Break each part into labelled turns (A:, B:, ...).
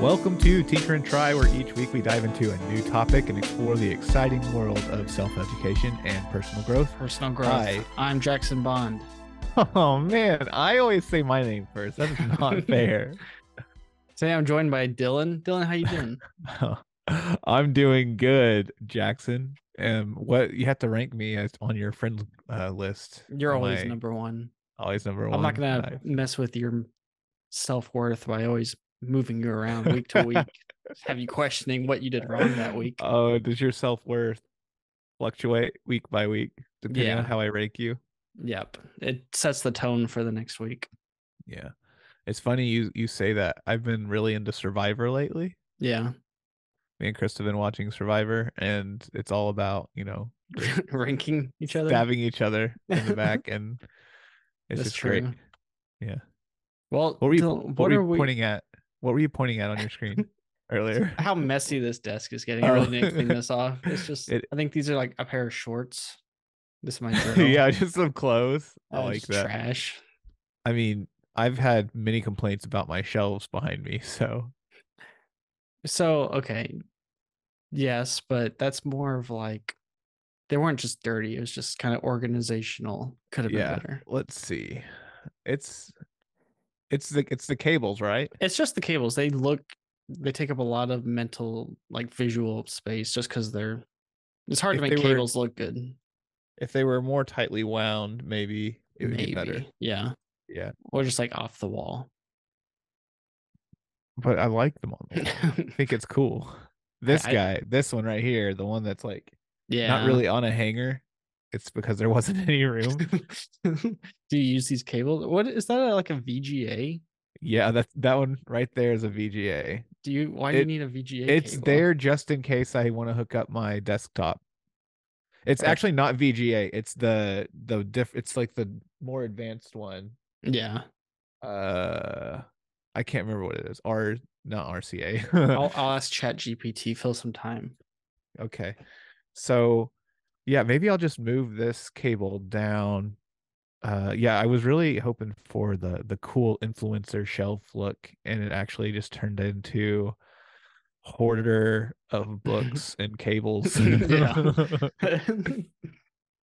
A: Welcome to Tinker and Try, where each week we dive into a new topic and explore the exciting world of self education and personal growth.
B: Personal growth.
A: Hi.
B: I'm Jackson Bond.
A: Oh man, I always say my name first. That is not fair.
B: Today I'm joined by Dylan. Dylan, how you doing?
A: I'm doing good, Jackson. Um, what you have to rank me as on your friend uh, list?
B: You're
A: Am
B: always
A: I
B: number one.
A: always number one.
B: I'm not gonna
A: Nice.
B: mess with your self worth by always moving you around week to week. Have you questioning what you did wrong that week?
A: Oh, does your self worth fluctuate week by week depending on
B: Yeah.
A: how I rank you?
B: Yep. It sets the tone for the next week.
A: Yeah, it's funny you you say that. I've been really into Survivor lately.
B: Yeah.
A: me and Chris have been watching Survivor, and it's all about you know
B: Ranking each other.
A: stabbing each other in the back, and it's
B: That's
A: just great.
B: true.
A: Yeah.
B: Well,
A: What were you?
B: Dylan,
A: what,
B: what,
A: were
B: are
A: you
B: we
A: pointing at? What were you pointing at on your screen earlier?
B: how messy this desk is getting.
A: Oh.
B: I really need to clean this off. It's just
A: It-
B: I think these are like a pair of shorts. This is my journal.
A: yeah, just some clothes. I
B: Uh,
A: like
B: just
A: that.
B: Trash.
A: I mean, I've had many complaints about my shelves behind me, so
B: So okay, yes, but that's more of like they weren't just dirty. It was just kind of organizational. Could have been
A: Yeah.
B: better.
A: let's see. It's it's the it's the cables, right?
B: It's just the cables. They look. They take up a lot of mental, like visual space, just because they're. It's hard
A: If
B: to
A: they
B: make
A: were-
B: cables look good.
A: If they were more tightly wound, maybe it would
B: maybe.
A: be better.
B: Yeah.
A: Yeah,
B: Or just like off the wall.
A: but I like them on the wall. think it's cool. This
B: I-
A: guy, this one right here, the one that's like
B: yeah.
A: not really on a hanger. It's because there wasn't any room.
B: Do you use these cables? What is that? Like a VGA?
A: yeah, that that one right there is a VGA.
B: Do you? Why
A: It-
B: do you need a VGA?
A: It's
B: cable?
A: there just in case I want to hook up my desktop. It's
B: Right.
A: actually not VGA. It's the the diff. It's like the more advanced one.
B: Yeah.
A: Uh, I can't remember what it is. R not RCA.
B: I'll, I'll ask Chat GPT. Fill some time.
A: Okay. So yeah, maybe I'll just move this cable down. Uh yeah, I was really hoping for the the cool influencer shelf look and it actually just turned into hoarder of books and cables.
B: Yeah. it's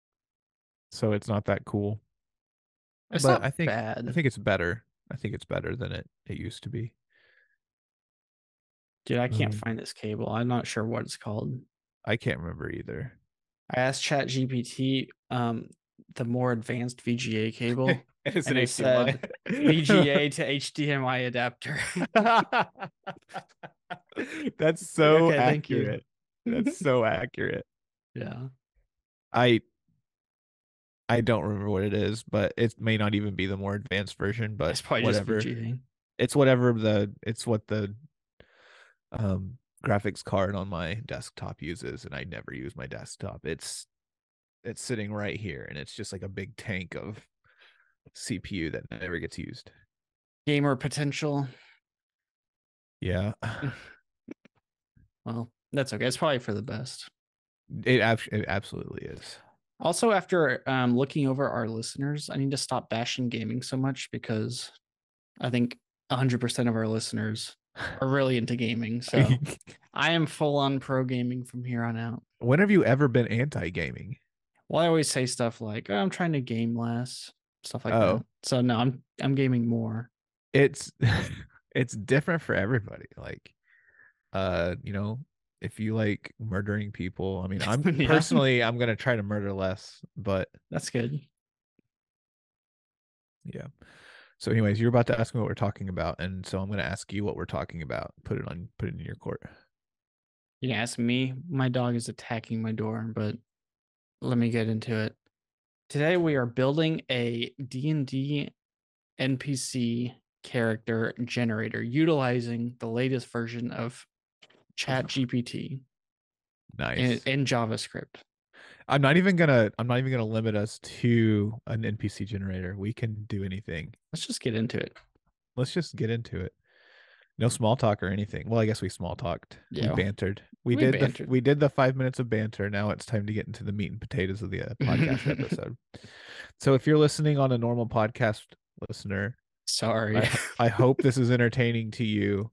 A: so it's not that cool.
B: not
A: I think-
B: bad.
A: I think it's better. I think it's better than it it used to be.
B: Dude, I can't
A: um,
B: find this cable. I'm not sure what it's called.
A: I can't remember either.
B: I asked Chat GPT um, the more advanced VGA cable,
A: It's
B: And uh, it said VGA to HDMI adapter.
A: That's so
B: Okay, thank you.
A: accurate. That's so accurate.
B: yeah.
A: I I don't remember what it is, but it may not even be the more advanced version, but
B: It's probably
A: whatever.
B: just VGA.
A: It's whatever the it's what the um graphics card on my desktop uses and I never use my desktop. It's it's sitting right here and it's just like a big tank of CPU that never gets used.
B: Gamer potential.
A: Yeah.
B: Well, that's okay. It's probably for the best.
A: It, ab- it absolutely is.
B: Also, after um, looking over our listeners, I need to stop bashing gaming so much because I think 100% of our listeners are really into gaming. So I am full on pro gaming from here on out.
A: when have you ever been anti-gaming?
B: Well, I always say stuff like, "Oh, I'm trying to game less, stuff like
A: Oh.
B: that. So no, I'm I'm gaming more.
A: it's it's different for everybody like uh you know if you like murdering people i mean i'm
B: Yeah.
A: personally i'm gonna try to murder less but
B: That's good.
A: yeah so anyways you're about to ask me what we're talking about and so i'm gonna ask you what we're talking about put it on put it in your court
B: You can ask me. My dog is attacking my door, but let me get into it. Today we are building a D&D NPC character generator utilizing the latest version of ChatGPT
A: nice
B: in, in JavaScript.
A: i'm not even gonna i'm not even gonna limit us to an npc generator we can do anything
B: Let's just get into it.
A: let's just get into it no small talk or anything well i guess we small talked
B: Yeah.
A: we bantered we,
B: We
A: did
B: bantered.
A: The, we did the five minutes of banter now it's time to get into the meat and potatoes of the uh, podcast episode so if you're listening on a normal podcast listener
B: Sorry.
A: i hope this is entertaining to you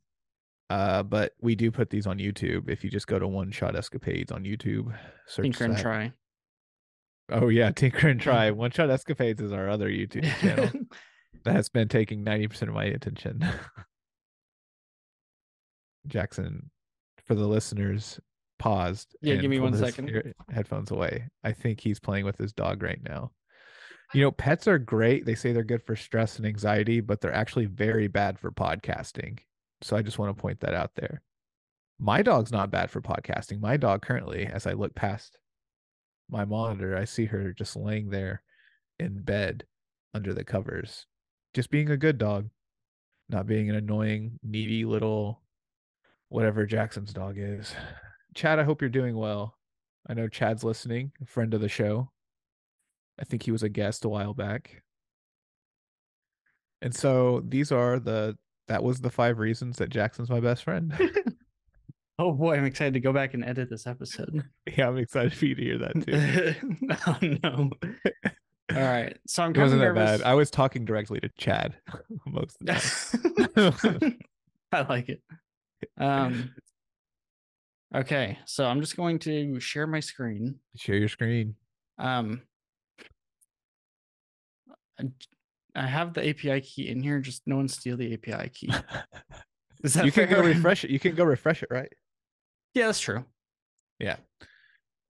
A: Uh, but we do put these on YouTube. If you just go to One Shot Escapades on YouTube, search
B: Tinker and
A: that.
B: try.
A: Oh yeah, Tinker and Try. One Shot Escapades is our other YouTube channel that has been taking ninety percent of my attention. Jackson, for the listeners, paused.
B: Yeah, give
A: and
B: me
A: pulled
B: one
A: his
B: second.
A: ear- Headphones away. I think he's playing with his dog right now. You know, pets are great. They say they're good for stress and anxiety, but they're actually very bad for podcasting. So I just want to point that out there. My dog's not bad for podcasting. My dog currently, as I look past my monitor, I see her just laying there in bed under the covers, just being a good dog, not being an annoying, needy little whatever Jackson's dog is. Chad, I hope you're doing well. I know Chad's listening, a friend of the show. I think he was a guest a while back. And so these are the that was the five reasons that Jackson's my best friend.
B: oh boy, I'm excited to go back and edit this episode.
A: yeah, I'm excited for you to hear that too.
B: oh no. All right. So I'm
A: It
B: kind of
A: wasn't that bad.
B: nervous.
A: I was talking directly to Chad most of the time.
B: I like it. Um Okay, so I'm just going to share my screen.
A: Share your screen.
B: Um I- I have the API key in here, just no one steal the API key. Is that
A: you can go
B: fair?
A: refresh it. You can go refresh it, right?
B: Yeah, that's true.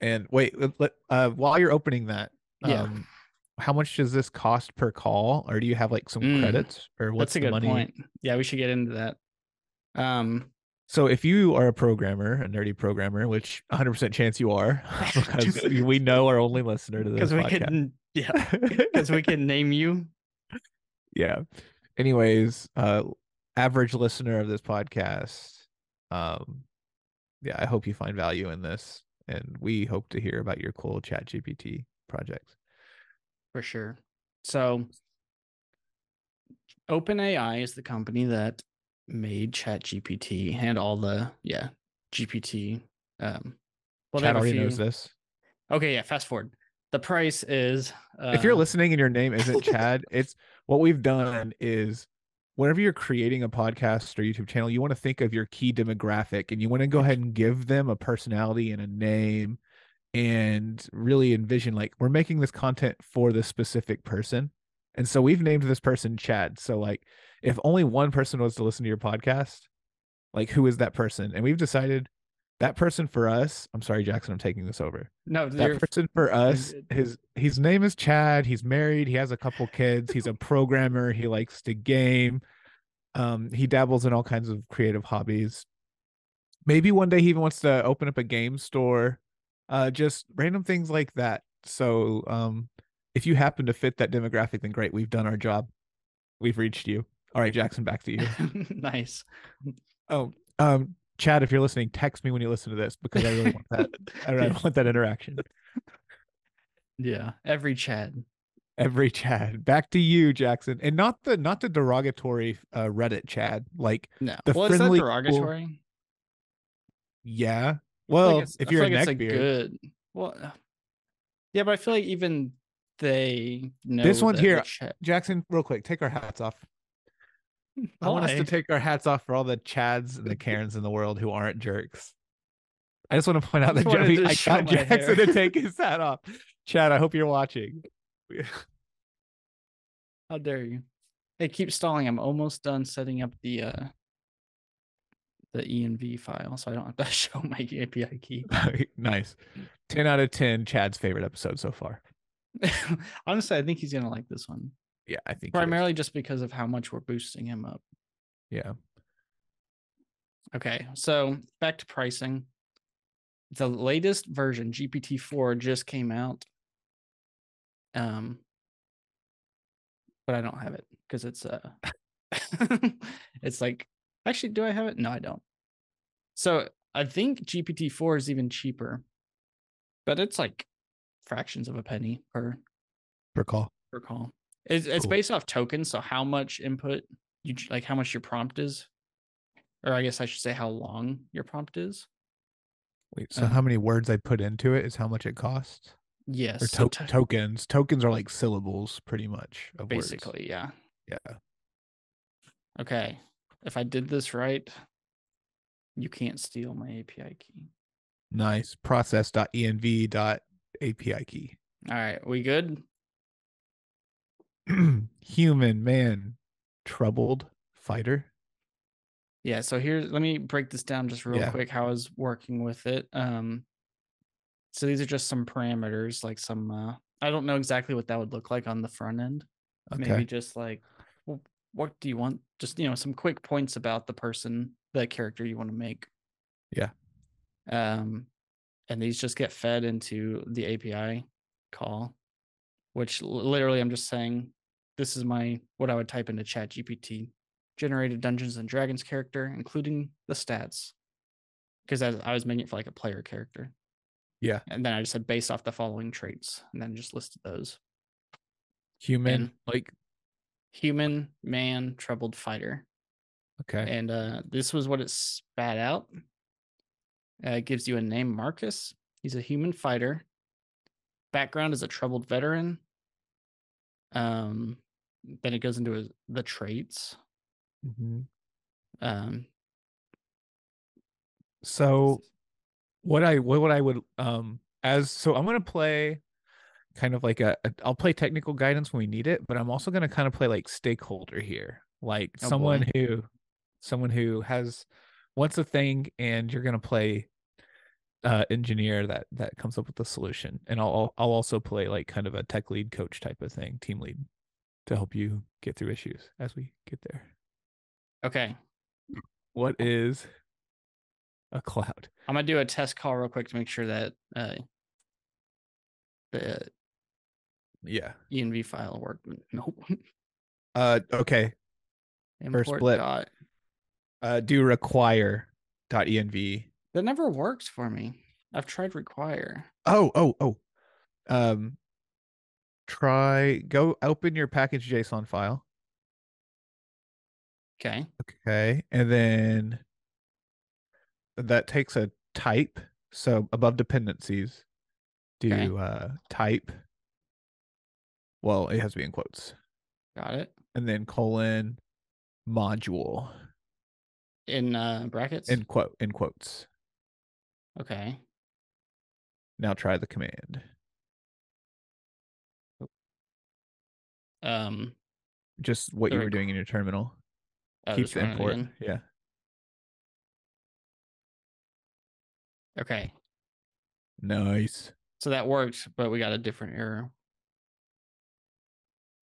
A: And wait, let- let- uh, while you're opening that,
B: Yeah.
A: um, how much does this cost per call? Or do you have like some
B: Mm.
A: credits or what's
B: That's a
A: the
B: good
A: money?
B: point. Yeah, we should get into that. Um
A: So if you are a programmer, a nerdy programmer, which 100% chance you are, because we know our only listener to this
B: because we
A: podcast.
B: can yeah, because we can name you.
A: yeah. Anyways, uh average listener of this podcast, um yeah, I hope you find value in this and we hope to hear about your cool chat GPT projects.
B: For sure. So OpenAI is the company that made ChatGPT and all the yeah, GPT um well,
A: Chad
B: they have a
A: already
B: few-
A: knows this.
B: Okay, yeah, fast forward. The price is uh,
A: if you're listening and your name isn't Chad, it's what we've done is whenever you're creating a podcast or YouTube channel, you want to think of your key demographic and you want to go ahead and give them a personality and a name and really envision like we're making this content for this specific person. And so we've named this person Chad. So like if only one person was to listen to your podcast, like who is that person? And we've decided that person for us, I'm sorry Jackson, I'm taking this over
B: no,
A: that
B: they're-
A: person for us
B: good.
A: his his name is chad he's married he has a couple kids he's a programmer he likes to game um he dabbles in all kinds of creative hobbies maybe one day he even wants to open up a game store uh just random things like that so um if you happen to fit that demographic then great we've done our job we've reached you all right jackson back to you
B: nice.
A: oh um chad if you're listening text me when you listen to this because i really want that i really want that interaction
B: yeah, every Chad.
A: every chad back to you jackson and not the not the derogatory uh reddit chad like
B: No,
A: The
B: well, is that
A: friendly-
B: derogatory? I feel
A: yeah
B: like
A: well
B: it's- I
A: if
B: feel
A: you're a
B: like it's
A: neckbeard
B: good. Well, uh, yeah, but I feel like even they know
A: one
B: that the
A: here,
B: Chad-
A: jackson real quick take our hats off i want us
B: Why?
A: to take our hats off for all the chads and the karens in the world who aren't jerks i just want to point
B: I
A: out that
B: just wanted
A: Joey,
B: to
A: i
B: show
A: got
B: my
A: jackson
B: hair.
A: to take his hat off chad i hope you're watching
B: How dare you? Hey, keep stalling. I'm almost done setting up the uh the ENV file, so I don't have to show my API key.
A: nice 10 out of 10 chad's favorite episode so far
B: Honestly, I think he's gonna like this one.
A: yeah i think it is.
B: Primarily just because of how much we're boosting him up.
A: yeah
B: Okay, so back to pricing. The latest version, GPT-4, just came out. Um, but I don't have it because it's uh it's like actually, do I have it? No, I don't. So I think GPT-4 is even cheaper, but it's like fractions of a penny per
A: per call
B: per call. It's it's
A: Cool.
B: based off tokens, so how much input you ch- like how much your prompt is, or I guess I should say how long your prompt is.
A: wait so
B: Uh,
A: how many words i put into it is how much it costs
B: Yes,
A: or
B: so
A: to-
B: to-
A: tokens. Tokens are like syllables, pretty much. Of words.
B: basically, yeah.
A: yeah.
B: Okay, if I did this right, You can't steal my API key.
A: Nice. Process.env.api key.
B: All right, we good?
A: Human man, troubled fighter.
B: Yeah, so here let me break this down just real
A: Yeah.
B: quick how I was working with it. Um so these are just some parameters, like some uh I don't know exactly what that would look like on the front end.
A: Okay.
B: Maybe just like w- what do you want? Just you know, some quick points about the person, the character you want to make.
A: Yeah.
B: Um and these just get fed into the API call, which l- literally I'm just saying this is my what I would type into chat GPT generated Dungeons and Dragons character, including the stats, because I, I was making it for like a player character.
A: Yeah.
B: And then I just said based off the following traits, and then just listed those:
A: Human,
B: and-
A: like,
B: human, man, troubled fighter.
A: okay.
B: And uh, this was what it spat out. Uh, it gives you a name, Marcus. He's a human fighter. Background is a troubled veteran. Um, then it goes into his, the traits.
A: Mhm.
B: Um,
A: So, what I what what I would um as so I'm gonna play kind of like a, a I'll play technical guidance when we need it, but I'm also gonna kind of play like stakeholder here, like
B: Oh,
A: someone
B: boy.
A: who someone who has wants a thing, and you're gonna play uh engineer that that comes up with the solution, and I'll I'll also play like kind of a tech lead coach type of thing, team lead to help you get through issues as we get there.
B: okay.
A: What is a cloud?
B: I'm gonna do a test call real quick to make sure that uh, the
A: Yeah.
B: env file worked. Nope.
A: Uh okay.
B: Import
A: blip.
B: dot.
A: uh, do require dot env
B: That never worked for me. I've tried require.
A: oh oh oh um try go open your package json file
B: Okay.
A: okay and then that takes a type so above dependencies do
B: Okay.
A: uh type well it has to be in quotes
B: Got it.
A: and then colon module
B: In uh, brackets.
A: in quote in quotes
B: okay.
A: now try the command
B: Um.
A: just what
B: The
A: you were
B: requ-
A: doing in your terminal
B: oh,
A: keep
B: just
A: the
B: run it
A: import
B: again.
A: yeah
B: Okay.
A: nice
B: So that worked, but we got a different error,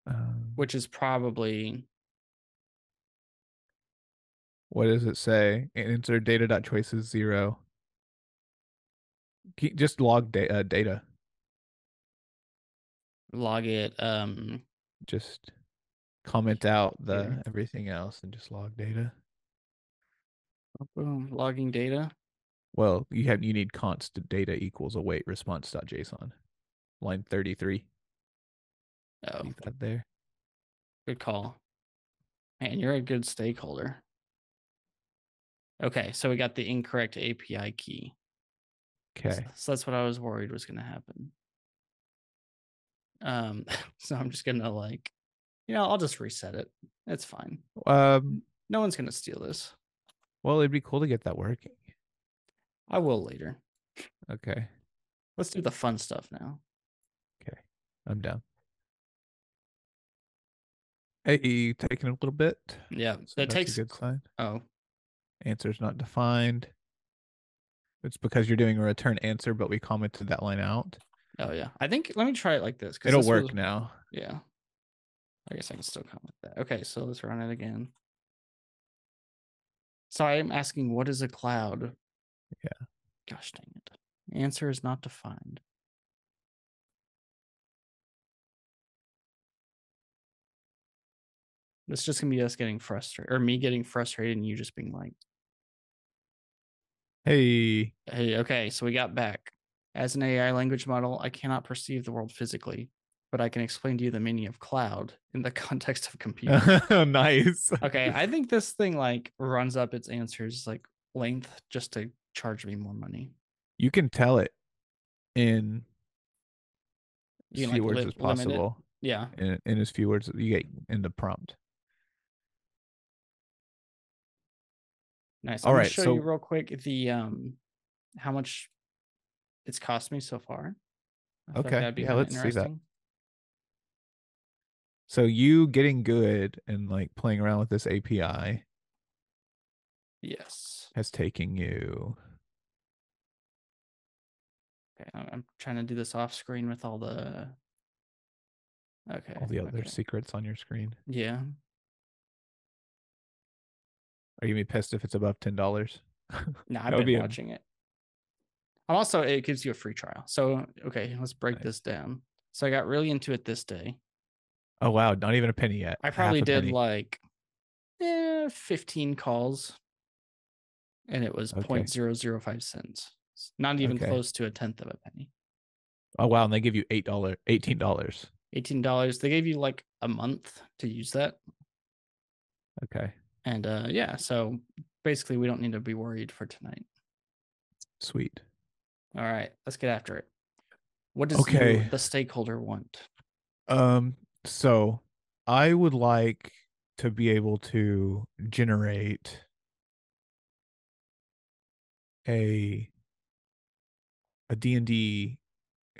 A: Um,
B: which is probably
A: what does it say? And Enter data.choices zero. Keep- Just log da- uh, data.
B: log it. Um.
A: Just comment out the
B: Here.
A: everything else and just log data.
B: Boom. Logging data.
A: Well, you have you need constant data equals await response.json. Line thirty three.
B: Oh,
A: Leave that there.
B: Good call. Man, you're a good stakeholder. Okay, so we got the incorrect API key. S-
A: Okay.
B: So that's what I was worried was going to happen. Um, so I'm just going to like, you know, I'll just reset it. It's fine.
A: Um.
B: No one's going to steal this.
A: Well, it'd be cool to get that working.
B: I will later.
A: Okay.
B: Let's do the fun stuff now.
A: I'm down. Hey, taking a little bit.
B: Yeah,
A: So
B: that
A: that's
B: takes.
A: a good sign.
B: Oh,
A: answer's not defined. It's because you're doing a return answer, but we commented that line out.
B: oh yeah. I think let me try it like this. 'cause
A: It'll
B: this
A: work
B: was-
A: now.
B: Yeah. I guess I can still comment that. Okay, so let's run it again. So I'm asking, what is a cloud? Yeah. Gosh dang it. Answer is not defined. It's just gonna be us getting frustrated, or me getting frustrated, and you just being like,
A: Hey,
B: Hey, okay, so we got back. As an AI language model, I cannot perceive the world physically, but I can explain to you the meaning of cloud in the context of computing.
A: nice.
B: okay, I think this thing like runs up its answers like length just to charge me more money.
A: You can tell it in as
B: You can,
A: few
B: like,
A: words
B: lim-
A: as
B: limit it.
A: possible.
B: Yeah.
A: In, in as few words that you get in the prompt.
B: Nice.
A: All
B: I'm gonna
A: right,
B: show
A: so-
B: you real quick the um how much it's cost me so far. I feel like
A: Okay,
B: that'd be
A: yeah,
B: kinda
A: let's see that.
B: interesting.
A: So you getting good and like playing around with this API
B: Yes.
A: has taken you.
B: Okay. I'm, I'm trying to do this off screen with all the. Okay.
A: All the other
B: okay.
A: secrets on your screen.
B: Yeah.
A: Are you gonna be pissed if it's above ten dollars?
B: No,
A: That
B: I've
A: would
B: been
A: be a-
B: watching it. I'm also it gives you a free trial. So okay, let's break
A: Nice.
B: this down. So I got really into it this day.
A: Oh wow, not even a penny yet.
B: I
A: Half
B: probably
A: a
B: did
A: penny.
B: like eh, 15 calls and it was
A: Okay.
B: point zero zero five cents. It's Not even
A: Okay.
B: close to a tenth of a penny.
A: Oh wow, and they give you eight dollar, eighteen dollars.
B: $18. They gave you like a month to use that.
A: Okay,
B: And uh yeah, so basically we don't need to be worried for tonight.
A: sweet.
B: All right, let's get after it. What does you,
A: Okay.
B: the stakeholder want?
A: Um, so I would like to be able to generate a a D and D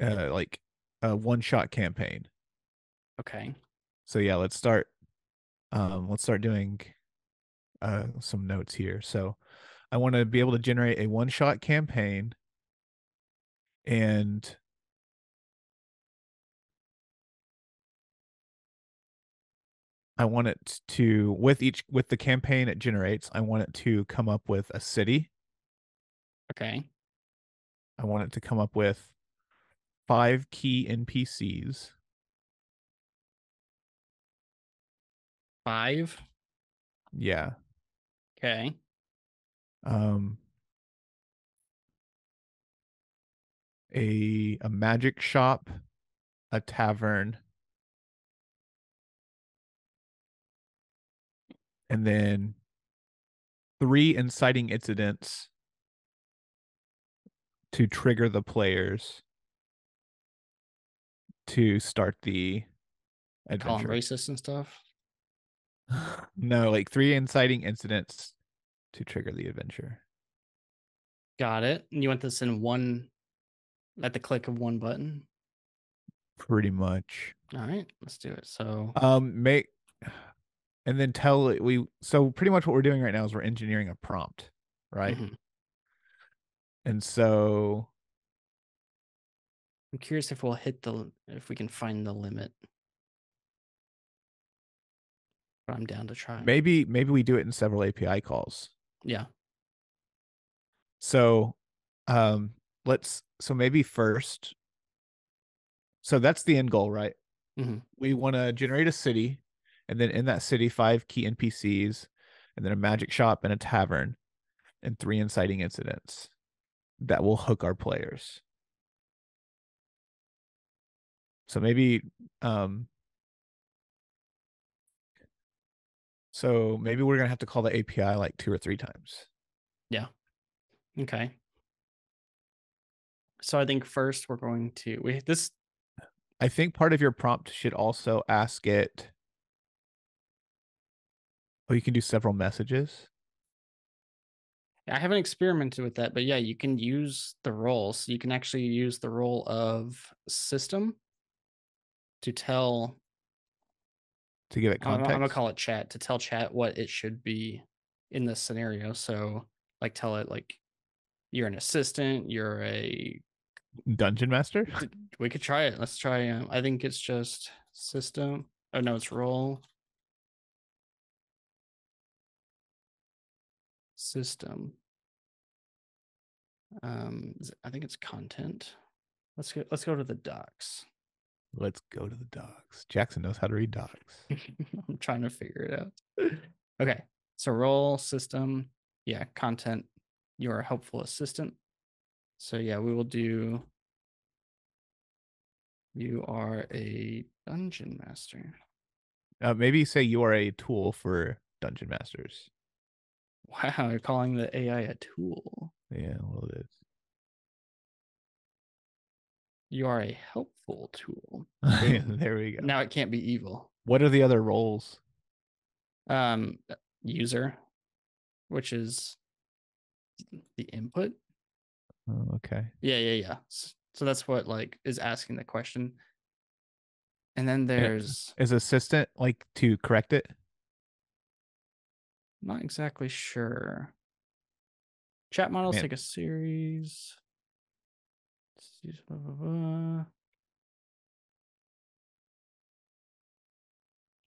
A: uh like a one shot campaign.
B: Okay.
A: So yeah, let's start um let's start doing uh some notes here. So I want to be able to generate a one shot campaign and I want it to with each with the campaign it generates, I want it to come up with a city.
B: Okay.
A: I want it to come up with five key NPCs.
B: Five.
A: Yeah.
B: Okay.
A: um a a magic shop a tavern and then three inciting incidents to trigger the players to start the
B: Call them
A: adventure
B: racist and stuff.
A: no like three inciting incidents to trigger the adventure
B: Got it. And you want this in one at the click of one button.
A: pretty much
B: All right, let's do it. So
A: um make and then tell it we so pretty much what we're doing right now is we're engineering a prompt right
B: mhm.
A: and so
B: I'm curious if we'll hit the if we can find the limit. But I'm down to try.
A: maybe maybe we do it in several api calls
B: Yeah.
A: so um let's so maybe first so that's the end goal right
B: Mhm.
A: we want to generate a city and then in that city five key npcs and then a magic shop and a tavern and three inciting incidents that will hook our players so maybe um so maybe we're gonna have to call the api like two or three times
B: Okay. So I think first we're going to we this
A: I think part of your prompt should also ask it. Oh, you can do several messages.
B: I haven't experimented with that, but yeah, you can use the role. So you can actually use the role of system to tell
A: to give it
B: I'm, I'm
A: context.
B: gonna call it chat to tell chat what it should be in this scenario. So like tell it like you're an assistant, you're a
A: Dungeon Master.
B: d- we could try it. Let's try um, I think it's just system. Oh no, it's role. System. Um is it- I think it's content. Let's go let's go to the docs.
A: Let's go to the docs. Jackson knows how to read docs.
B: I'm trying to figure it out. Okay. So role system. Yeah, content. You're a helpful assistant. So yeah, we will do you are a dungeon master.
A: Uh, maybe say you are a tool for dungeon masters.
B: Wow, you're calling the AI a tool.
A: Yeah, well it
B: You are a helpful tool.
A: is.
B: Boom.
A: there we go.
B: Now it can't be evil.
A: What are the other roles?
B: Um user, which is the input.
A: Oh, okay.
B: Yeah, yeah, yeah. S- So that's what like is asking the question. And then there's
A: Is assistant like to correct it?
B: not exactly sure. Chat models
A: Man.
B: take a series. Let's use blah, blah, blah.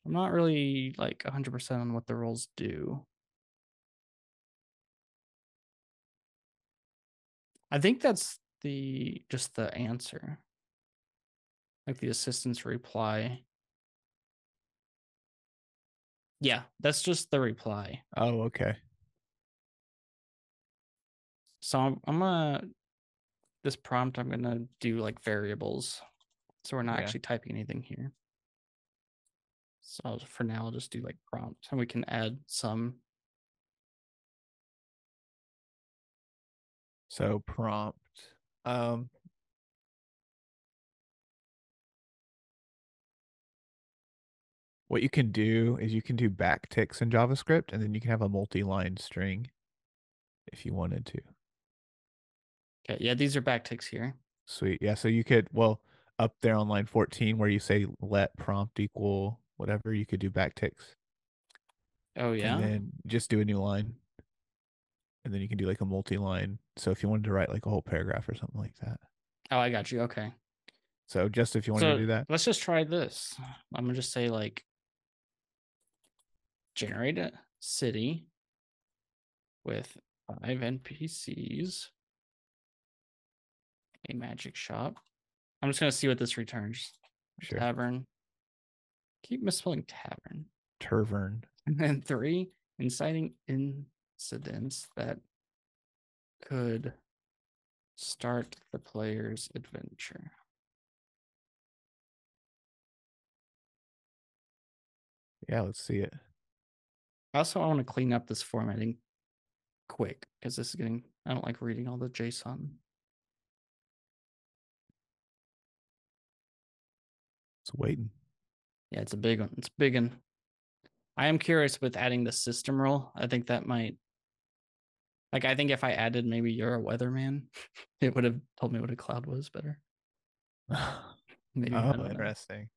B: I'm not really like 100% on what the roles do. I think that's the just the answer. Like the assistant's reply. Yeah, that's just the reply.
A: Oh, okay.
B: So I'm, I'm gonna this prompt I'm gonna do like variables, so we're not
A: Yeah.
B: actually typing anything here. So I'll- for now, I'll just do like prompt, and we can add some.
A: So prompt. Um What you can do is you can do backticks in JavaScript and then you can have a multi-line string if you wanted to.
B: Okay, yeah, these are backticks here.
A: Sweet. Yeah, so you could well up there on line 14 where you say let prompt equal whatever, you could do backticks
B: Oh yeah,
A: and then just do a new line. And then you can do like a multi-line. So if you wanted to write like a whole paragraph or something like that.
B: oh I got you. Okay,
A: So just if you wanted
B: So-
A: to do that.
B: let's just try this. I'm gonna just say like generate a city with five NPCs, a magic shop. I'm just gonna see what this returns.
A: Sure.
B: Tavern. Keep misspelling tavern.
A: Tavern.
B: And then three, inciting incidents that could start the player's adventure.
A: Yeah, let's see it.
B: I also want to clean up this formatting quick because this is getting, I don't like reading all the JSON.
A: It's waiting.
B: Yeah, it's a big one. It's a big one. I am curious with adding the system role. I think that might, like, I think if I added maybe you're a weatherman, it would have told me what a cloud was better.
A: oh,
B: Maybe I don't know.
A: interesting.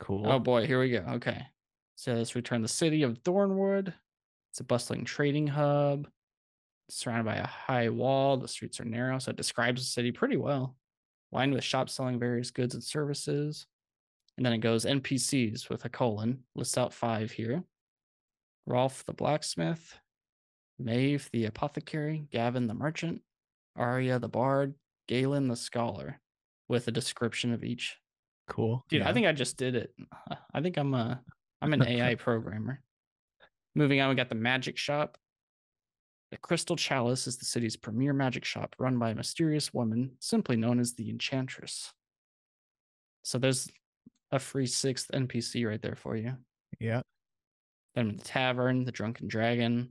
A: Cool.
B: Oh boy, here we go. Okay. So let's return the city of Thornwood. It's a bustling trading hub. It's surrounded by a high wall. The streets are narrow, so it describes the city pretty well. Lined with shops selling various goods and services. And then it goes NPCs with a colon. Lists out five here. Rolf the blacksmith, Maeve the apothecary, Gavin the merchant, Arya the bard, Galen the scholar, with a description of each
A: cool.
B: Dude, I
A: yeah.
B: think I just did it. I think I'm a I'm an AI programmer. Moving on, we got the magic shop. The Crystal Chalice is the city's premier magic shop, run by a mysterious woman simply known as the Enchantress. So there's a free sixth NPC right there for you.
A: Yeah.
B: Then the tavern, the drunken dragon,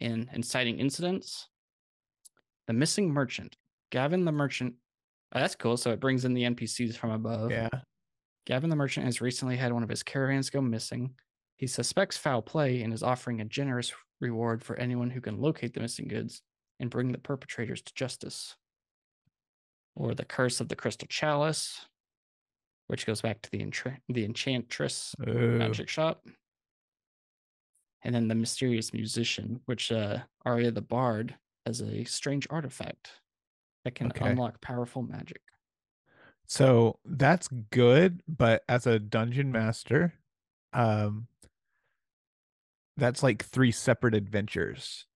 B: and inciting incidents. The missing merchant, Gavin the merchant. Oh, that's cool. So it brings in the NPCs from above.
A: Yeah.
B: Gavin the merchant has recently had one of his caravans go missing. He suspects foul play and is offering a generous reward for anyone who can locate the missing goods and bring the perpetrators to justice. Or the curse of the crystal chalice, which goes back to the entra- the enchantress
A: Ooh,
B: magic shop. And then the mysterious musician, which uh, Arya the bard has a strange artifact that can
A: Okay.
B: unlock powerful magic.
A: So that's good, but as a dungeon master, um that's like three separate adventures.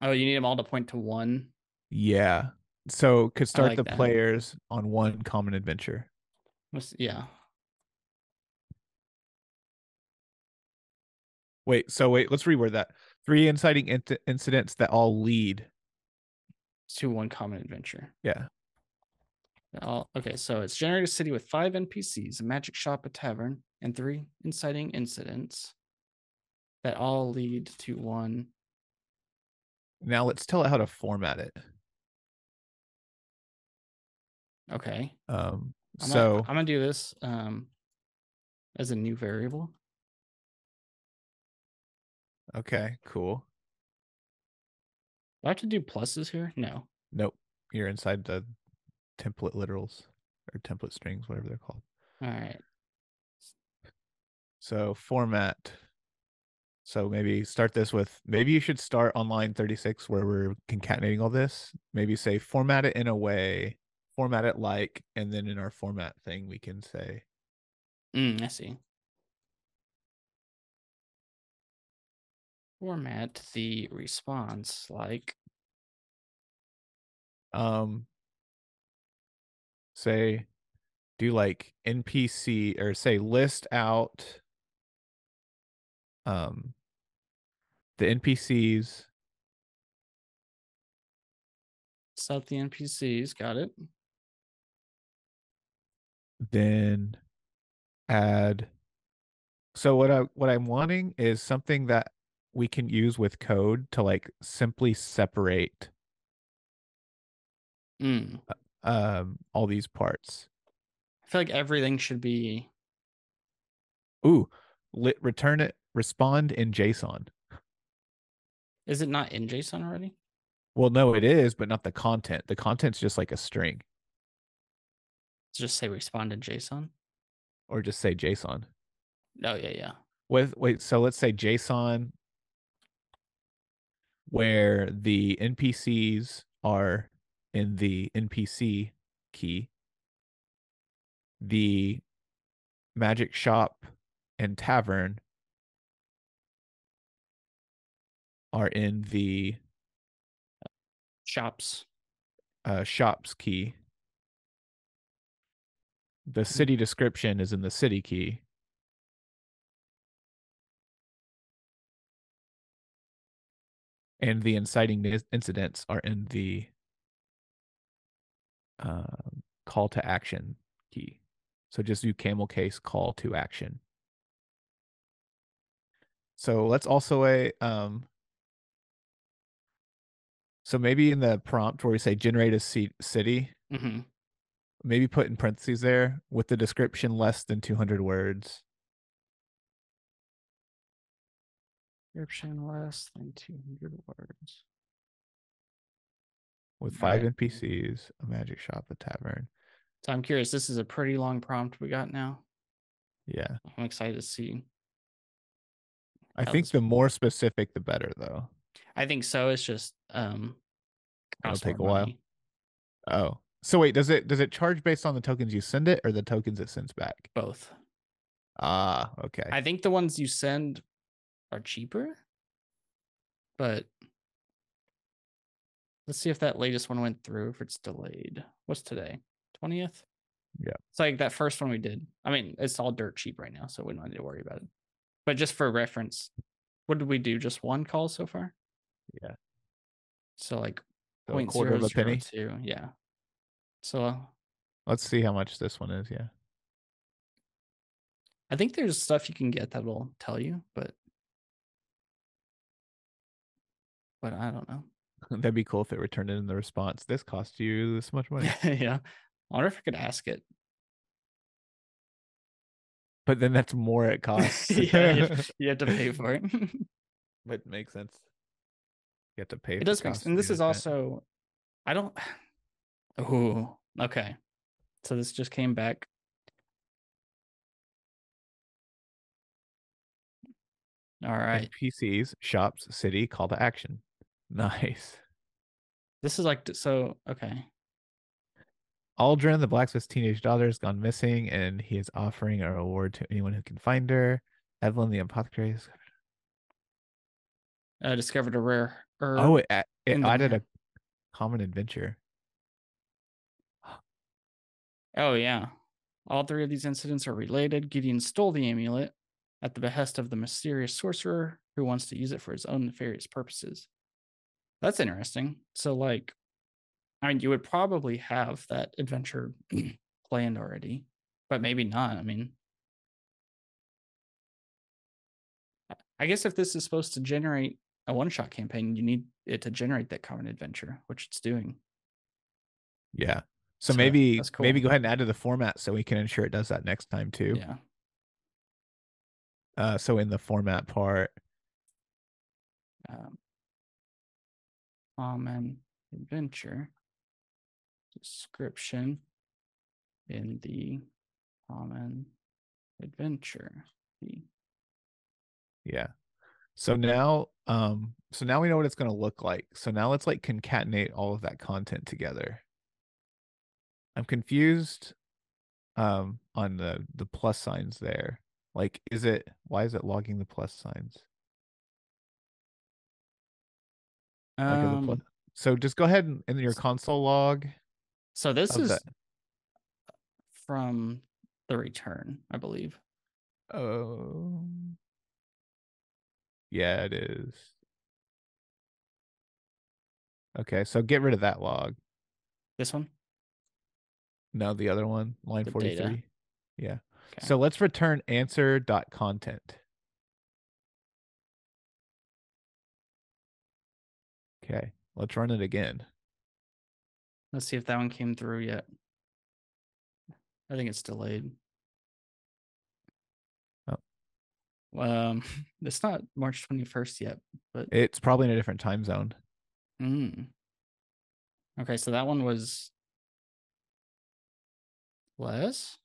B: Oh, you need them all to point to one
A: Yeah. So could start
B: like
A: the
B: that.
A: players on one common adventure.
B: Must- yeah.
A: Wait, so wait, let's reword that. Three inciting inc- incidents that all lead.
B: to one common adventure.
A: Yeah.
B: All, okay, so it's generate a city with five NPCs, a magic shop, a tavern, and three inciting incidents that all lead to one.
A: Now let's tell it how to format it.
B: Okay,
A: Um
B: I'm
A: so
B: gonna, I'm gonna do this um as a new variable.
A: Okay, cool.
B: I have to do pluses here? No.
A: Nope. You're inside the template literals or template strings, whatever they're called.
B: All right.
A: So format. So maybe start this with maybe you should start on line 36 where we're concatenating all this. Maybe say format it in a way, format it like, and then in our format thing we can say
B: Mm, I see. Format the response like
A: um say do like npc or say list out um the npcs
B: set the NPCs. Got it.
A: then add so what i what i'm wanting is something that we can use with code to like simply separate
B: Mm.
A: um all these parts
B: I feel like everything should be
A: ooh lit return it respond in json
B: is it not in JSON already?
A: well no it is but not the content the content's just like a string
B: Just say respond in JSON.
A: or just say json
B: Oh yeah, yeah.
A: with wait so let's say json where the npcs are in the npc key the magic shop and tavern are in the
B: Shops.
A: uh, shops key the city description is in the city key and the inciting nis- incidents are in the uh, call to action key. So just do camel case call to action. So let's also a um, so maybe in the prompt where we say generate a ci- city,
B: hmm
A: maybe put in parentheses there with the description less than 200 words.
B: Description less than two hundred words.
A: with
B: All right.
A: five NPCs, a magic shop, a tavern.
B: So I'm curious. This is a pretty long prompt we got now.
A: Yeah.
B: I'm excited to see.
A: I
B: How
A: think
B: this-
A: the more specific, the better, though.
B: I think so. It's just um
A: It'll
B: costs
A: take
B: more
A: a while.
B: money.
A: Oh. So wait, does it does it charge based on the tokens you send it or the tokens it sends back?
B: Both.
A: Ah, okay.
B: I think the ones you send are cheaper, but let's see if that latest one went through. If it's delayed, what's today? Twentieth.
A: Yeah.
B: It's like that first one we did. I mean, it's all dirt cheap right now, so we don't need to worry about it. But just for reference, what did we do? Just one call so far.
A: Yeah.
B: So like
A: So a
B: point
A: quarter
B: zero
A: of a
B: zero
A: penny.
B: two. Yeah. So
A: Let's see how much this one is. Yeah.
B: I think there's stuff you can get that will tell you, but but I don't know.
A: That'd be cool if it returned in the response. This cost you this much money.
B: yeah. I wonder if I could ask it.
A: but then that's more it costs.
B: yeah, you have, you have to pay for it.
A: but makes sense. You have to pay.
B: it does make sense. And this is also, I don't. Oh, okay. So this just came back. All right.
A: PCs, shops, city, call to action. Nice.
B: This is like, so, okay.
A: Aldrin, the blacksmith's teenage daughter, has gone missing, and he is offering a reward to anyone who can find her. Evelyn, the apothecary. Is...
B: I discovered a rare herb.
A: Oh, it, a- it
B: in the
A: added
B: map.
A: a common adventure.
B: Oh, yeah. All three of these incidents are related. Gideon stole the amulet at the behest of the mysterious sorcerer who wants to use it for his own nefarious purposes. That's interesting. So, like, I mean, you would probably have that adventure planned already, but maybe not. I mean, I- I guess if this is supposed to generate a one shot campaign, you need it to generate that common adventure, which it's doing.
A: Yeah. So,
B: So,
A: maybe
B: that's
A: maybe
B: cool.
A: go ahead and add to the format so we can ensure it does that next time too.
B: Yeah.
A: Uh, so in the format part,
B: Um, common adventure description in the common adventure. The
A: Yeah. So now, um, so now we know what it's going to look like. So now let's like concatenate all of that content together. I'm confused um on the the plus signs there. Like is it why is it logging the plus signs? Like, are the
B: um,
A: plus- So just go ahead and in your console log.
B: so this
A: of
B: is
A: that-
B: from the return, I believe.
A: Oh.
B: um
A: Yeah, it is. Okay, so get rid of that log.
B: This one.
A: No, the other one, line
B: The data.
A: 43. Yeah.
B: Okay.
A: So let's return answer dot content. Okay, let's run it again.
B: Let's see if that one came through yet. I think it's delayed.
A: Oh.
B: Um, it's not March 21st yet, but
A: It's probably in a different time zone.
B: Mm. Okay, so that one was less.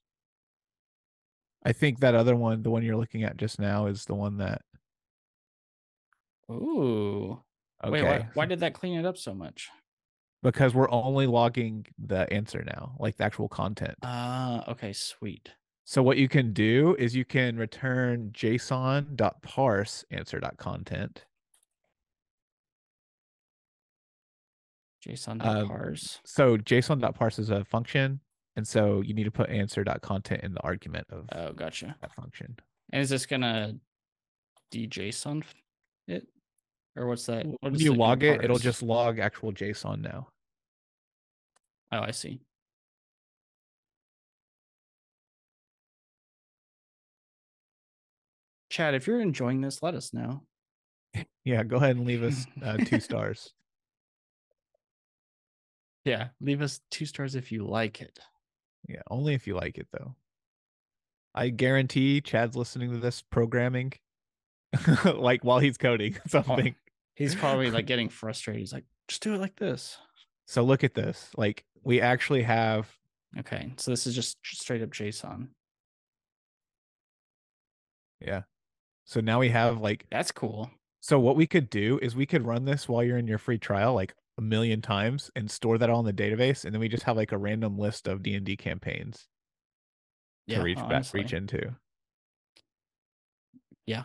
A: I think that other one, the one you're looking at just now, is the one that.
B: Ooh.
A: Okay.
B: Wait, why, why did that clean it up so much?
A: Because we're only logging the answer now, like the actual content.
B: Ah, okay, sweet.
A: So what you can do is you can return json.parse answer.content.
B: JSON
A: Um,
B: parse.
A: So json.parse is a function, and so you need to put answer.content in the argument of
B: Oh, gotcha.
A: that function.
B: And is this gonna DJSON f- it? Or what's that?
A: W-
B: what
A: When
B: does
A: you
B: do
A: log it, it'll
B: parse?
A: just log actual JSON now.
B: Oh, I see. Chad, if you're enjoying this, let us know.
A: Yeah, go ahead and leave us uh, two stars.
B: Yeah, leave us two stars if you like it.
A: Yeah, only if you like it though. I guarantee Chad's listening to this programming, like while he's coding something.
B: He's probably like getting frustrated. He's like, just do it like this.
A: So look at this. Like we actually have
B: Okay, so this is just straight up JSON.
A: So now we have like
B: That's cool.
A: so what we could do is we could run this while you're in your free trial like a million times and store that all in the database and then we just have like a random list of D&D campaigns
B: Yeah, oh,
A: to reach back
B: honestly.
A: reach into.
B: Yeah.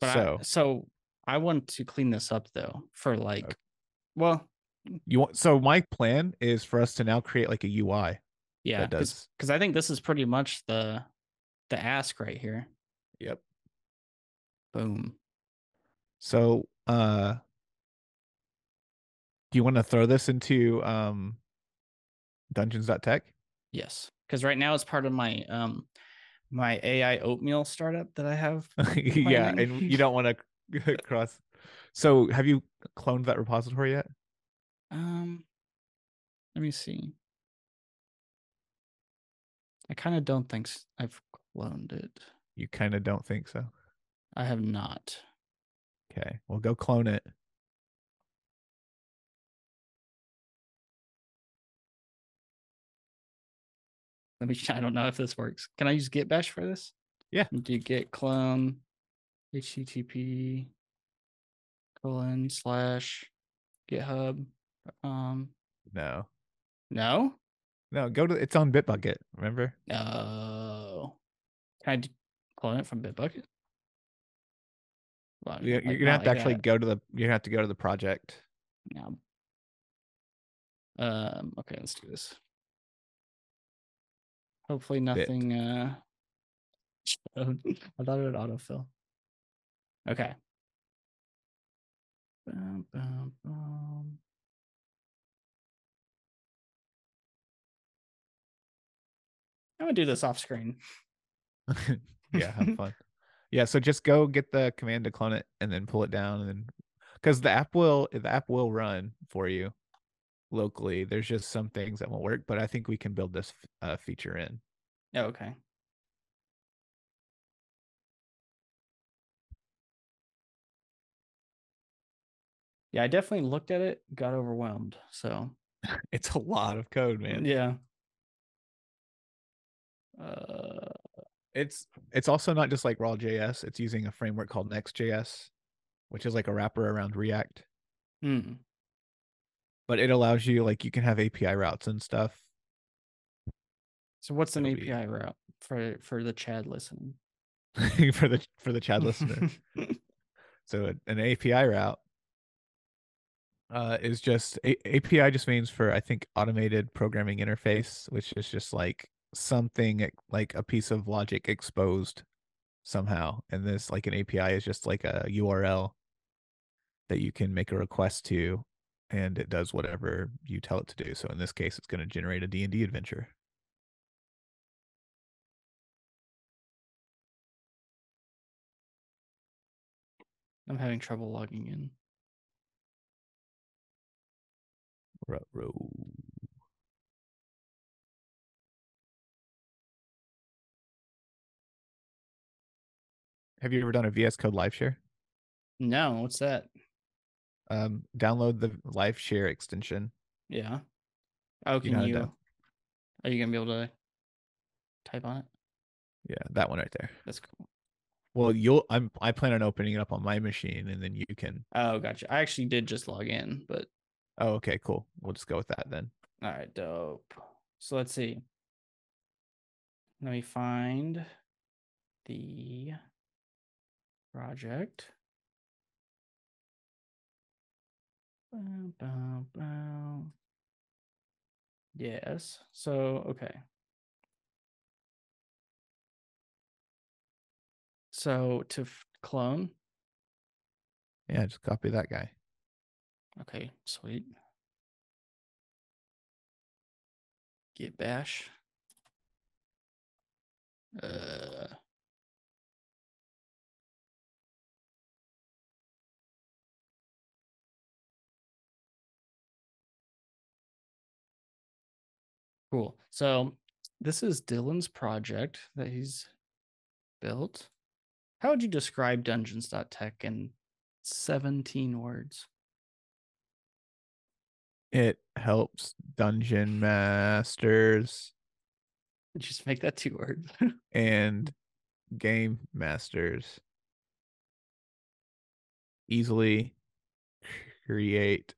B: But so,
A: so
B: I, so I want to clean this up though for like, well,
A: you want so my plan is for us to now create like a UI
B: yeah,
A: that does
B: because I think this is pretty much the the ask right here.
A: Yep.
B: Boom.
A: So, uh, do you want to throw this into um, dungeons.tech?
B: Yes, because right now it's part of my um my AI oatmeal startup that I have.
A: yeah,
B: Planning.
A: and you don't want to cross. So, have you cloned that repository yet?
B: Um, let me see. I kind of don't think s- I've cloned it.
A: You kind of don't think so.
B: I have not.
A: Okay, well, go clone it.
B: Let me. I don't know if this works. Can I use Git Bash for this?
A: Yeah.
B: Do Git clone HTTP colon slash GitHub. Um.
A: No,
B: No.
A: no, go to it's on Bitbucket. Remember?
B: No. Can I d- clone it from Bitbucket? Well,
A: You- You're,
B: like,
A: gonna
B: not
A: have to
B: like
A: actually
B: that.
A: go to the. You're gonna have to go to the project.
B: No. Um, okay, let's do this. Hopefully nothing uh showed. I thought it would autofill. Okay. Bum, bum, bum. I'm gonna do this off screen.
A: yeah, have fun. Yeah, so just go get the command to clone it and then pull it down and then because the app will the app will run for you locally. There's just some things that won't work, but I think we can build this uh, feature in.
B: Oh, okay. Yeah, I definitely looked at it, got overwhelmed. So
A: It's a lot of code, man.
B: yeah. Uh,
A: It's it's also not just like raw JS. It's using a framework called Next.js, which is like a wrapper around React.
B: hmm.
A: But it allows you like you can have API routes and stuff.
B: So what's an
A: It'll be-
B: API route for for the Chad listening?
A: for the for the Chad listener. so a- an API route uh, is just a- API just means for I think automated programming interface, which is just like something ex- like a piece of logic exposed somehow, and this like an API is just like a URL that you can make a request to, and it does whatever you tell it to do. So in this case, it's going to generate a D and D adventure.
B: I'm having trouble logging in.
A: Ruh-roh. Have you ever done a VS Code live share?
B: No, what's that?
A: Um, download the live share extension.
B: Yeah. Oh,
A: You
B: can
A: know how to
B: you?
A: do-
B: Are you gonna be able to type on it?
A: Yeah, that one right there.
B: That's cool.
A: Well, you'll I'm I plan on opening it up on my machine and then you can
B: Oh, gotcha. I actually did just log in, but
A: Oh, okay, cool. We'll just go with that then.
B: all right, dope. So let's see. Let me find the project. Bow, bow, bow. Yes. So, okay. So to f- clone,
A: Yeah, just copy that guy.
B: Okay, sweet. Get bash. Uh, cool. So this is Dylan's project that he's built. How would you describe dungeons.tech in 17 words?
A: It helps dungeon masters
B: Just make that two words.
A: and game masters easily create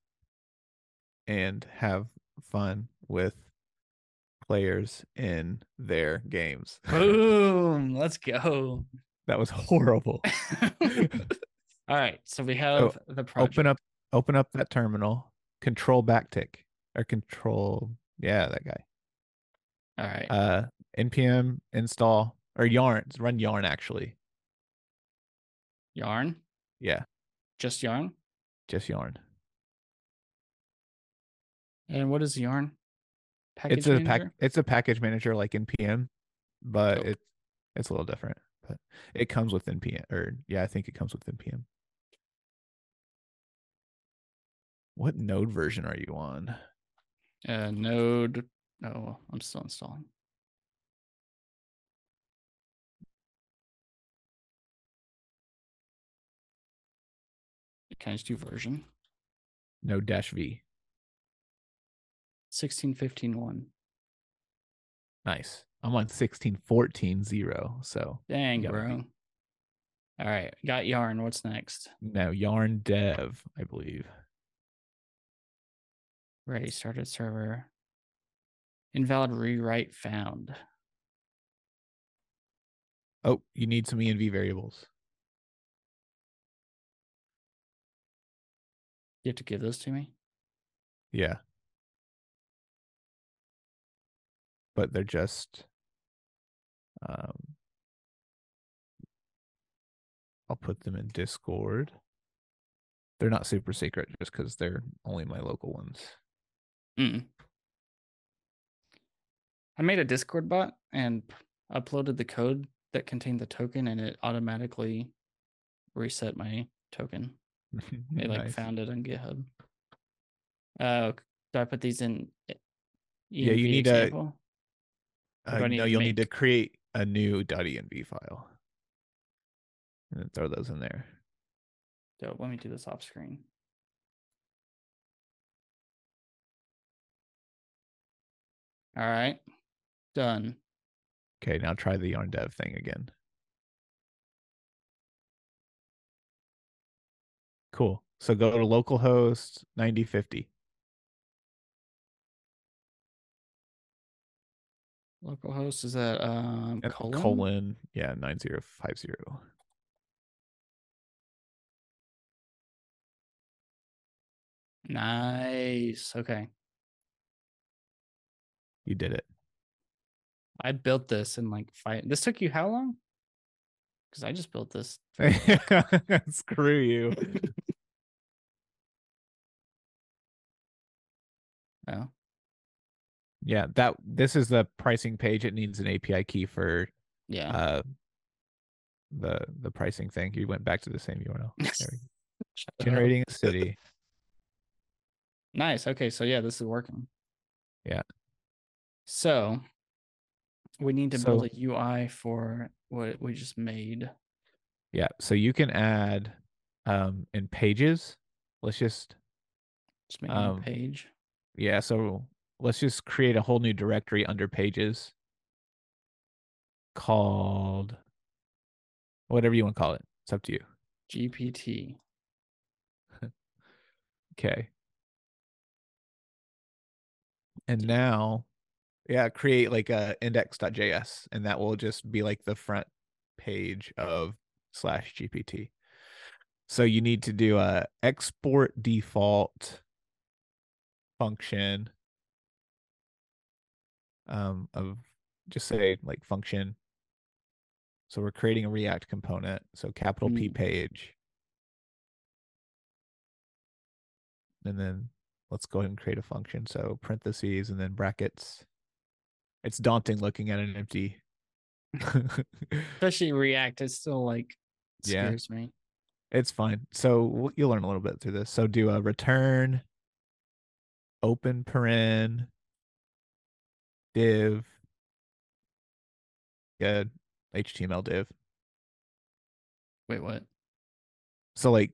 A: and have fun with players in their games.
B: Boom. Let's go.
A: that was horrible.
B: All right. So we have the project.
A: Oh, Open up open up that terminal, control backtick or control yeah, that guy.
B: All right.
A: Uh npm install or yarns, run yarn actually.
B: yarn.
A: Yeah,
B: Just yarn.
A: just yarn.
B: And what is yarn? Package
A: it's a pack
B: manager?
A: it's a package manager like npm but
B: Dope.
A: it's it's a little different but it comes with npm or yeah i think it comes with npm what node version are you on
B: Uh, node. Oh, I'm still installing. Can I just do version?
A: node dash v
B: 16.15.1.
A: nice i'm on 16.14.0 so
B: Dang,
A: gotta
B: bro. All right. Got yarn. What's next?
A: now yarn dev i believe
B: Ready started server. Invalid rewrite found.
A: oh you need some env variables
B: You have to give those to me.
A: yeah but they're just um I'll put them in Discord. They're not super secret just because they're only my local ones.
B: Mm. I made a Discord bot and p- uploaded the code that contained the token, and it automatically reset my token. It like
A: Nice.
B: found it on GitHub. Uh, do I put these in? e-
A: Yeah, you
B: ENV
A: need a-
B: example?
A: Uh,
B: do I need
A: no,
B: to
A: you'll need to
B: make?
A: create a new .env file and then throw those in there.
B: Dope, Let me do this off screen. All right. Done.
A: Okay, now try the yarn dev thing again. Cool. So go to localhost 9050.
B: Localhost is that um
A: and
B: colon?
A: colon yeah 9050
B: Nice. Okay.
A: you did it
B: I built this in like five. This took you how long? Because I just built this.
A: screw you
B: Oh,
A: yeah that this is the pricing page it needs an api key for
B: yeah.
A: uh the the pricing thing you went back to the same url There we go.
B: Shut up.
A: generating a city
B: Nice. Okay. So yeah, this is working.
A: Yeah.
B: So we need to build
A: So-
B: a UI for what we just made.
A: yeah so you can add um in pages let's just
B: Just make a new
A: Um,
B: page.
A: yeah so let's just create a whole new directory under pages called whatever you want to call it it's up to you
B: GPT.
A: Okay. And now, yeah, create like a index.js, and that will just be like the front page of slash GPT. So you need to do a export default function um, of just say like function. So we're creating a React component. So capital P
B: Mm.
A: page. and then let's go ahead and create a function. So parentheses and then brackets. It's daunting looking at an empty.
B: Especially React, it's still like
A: Yeah.
B: scares me.
A: it's fine. So we'll- you'll learn a little bit through this. So do a return, open paren, div, yeah, HTML div.
B: Wait, what?
A: So like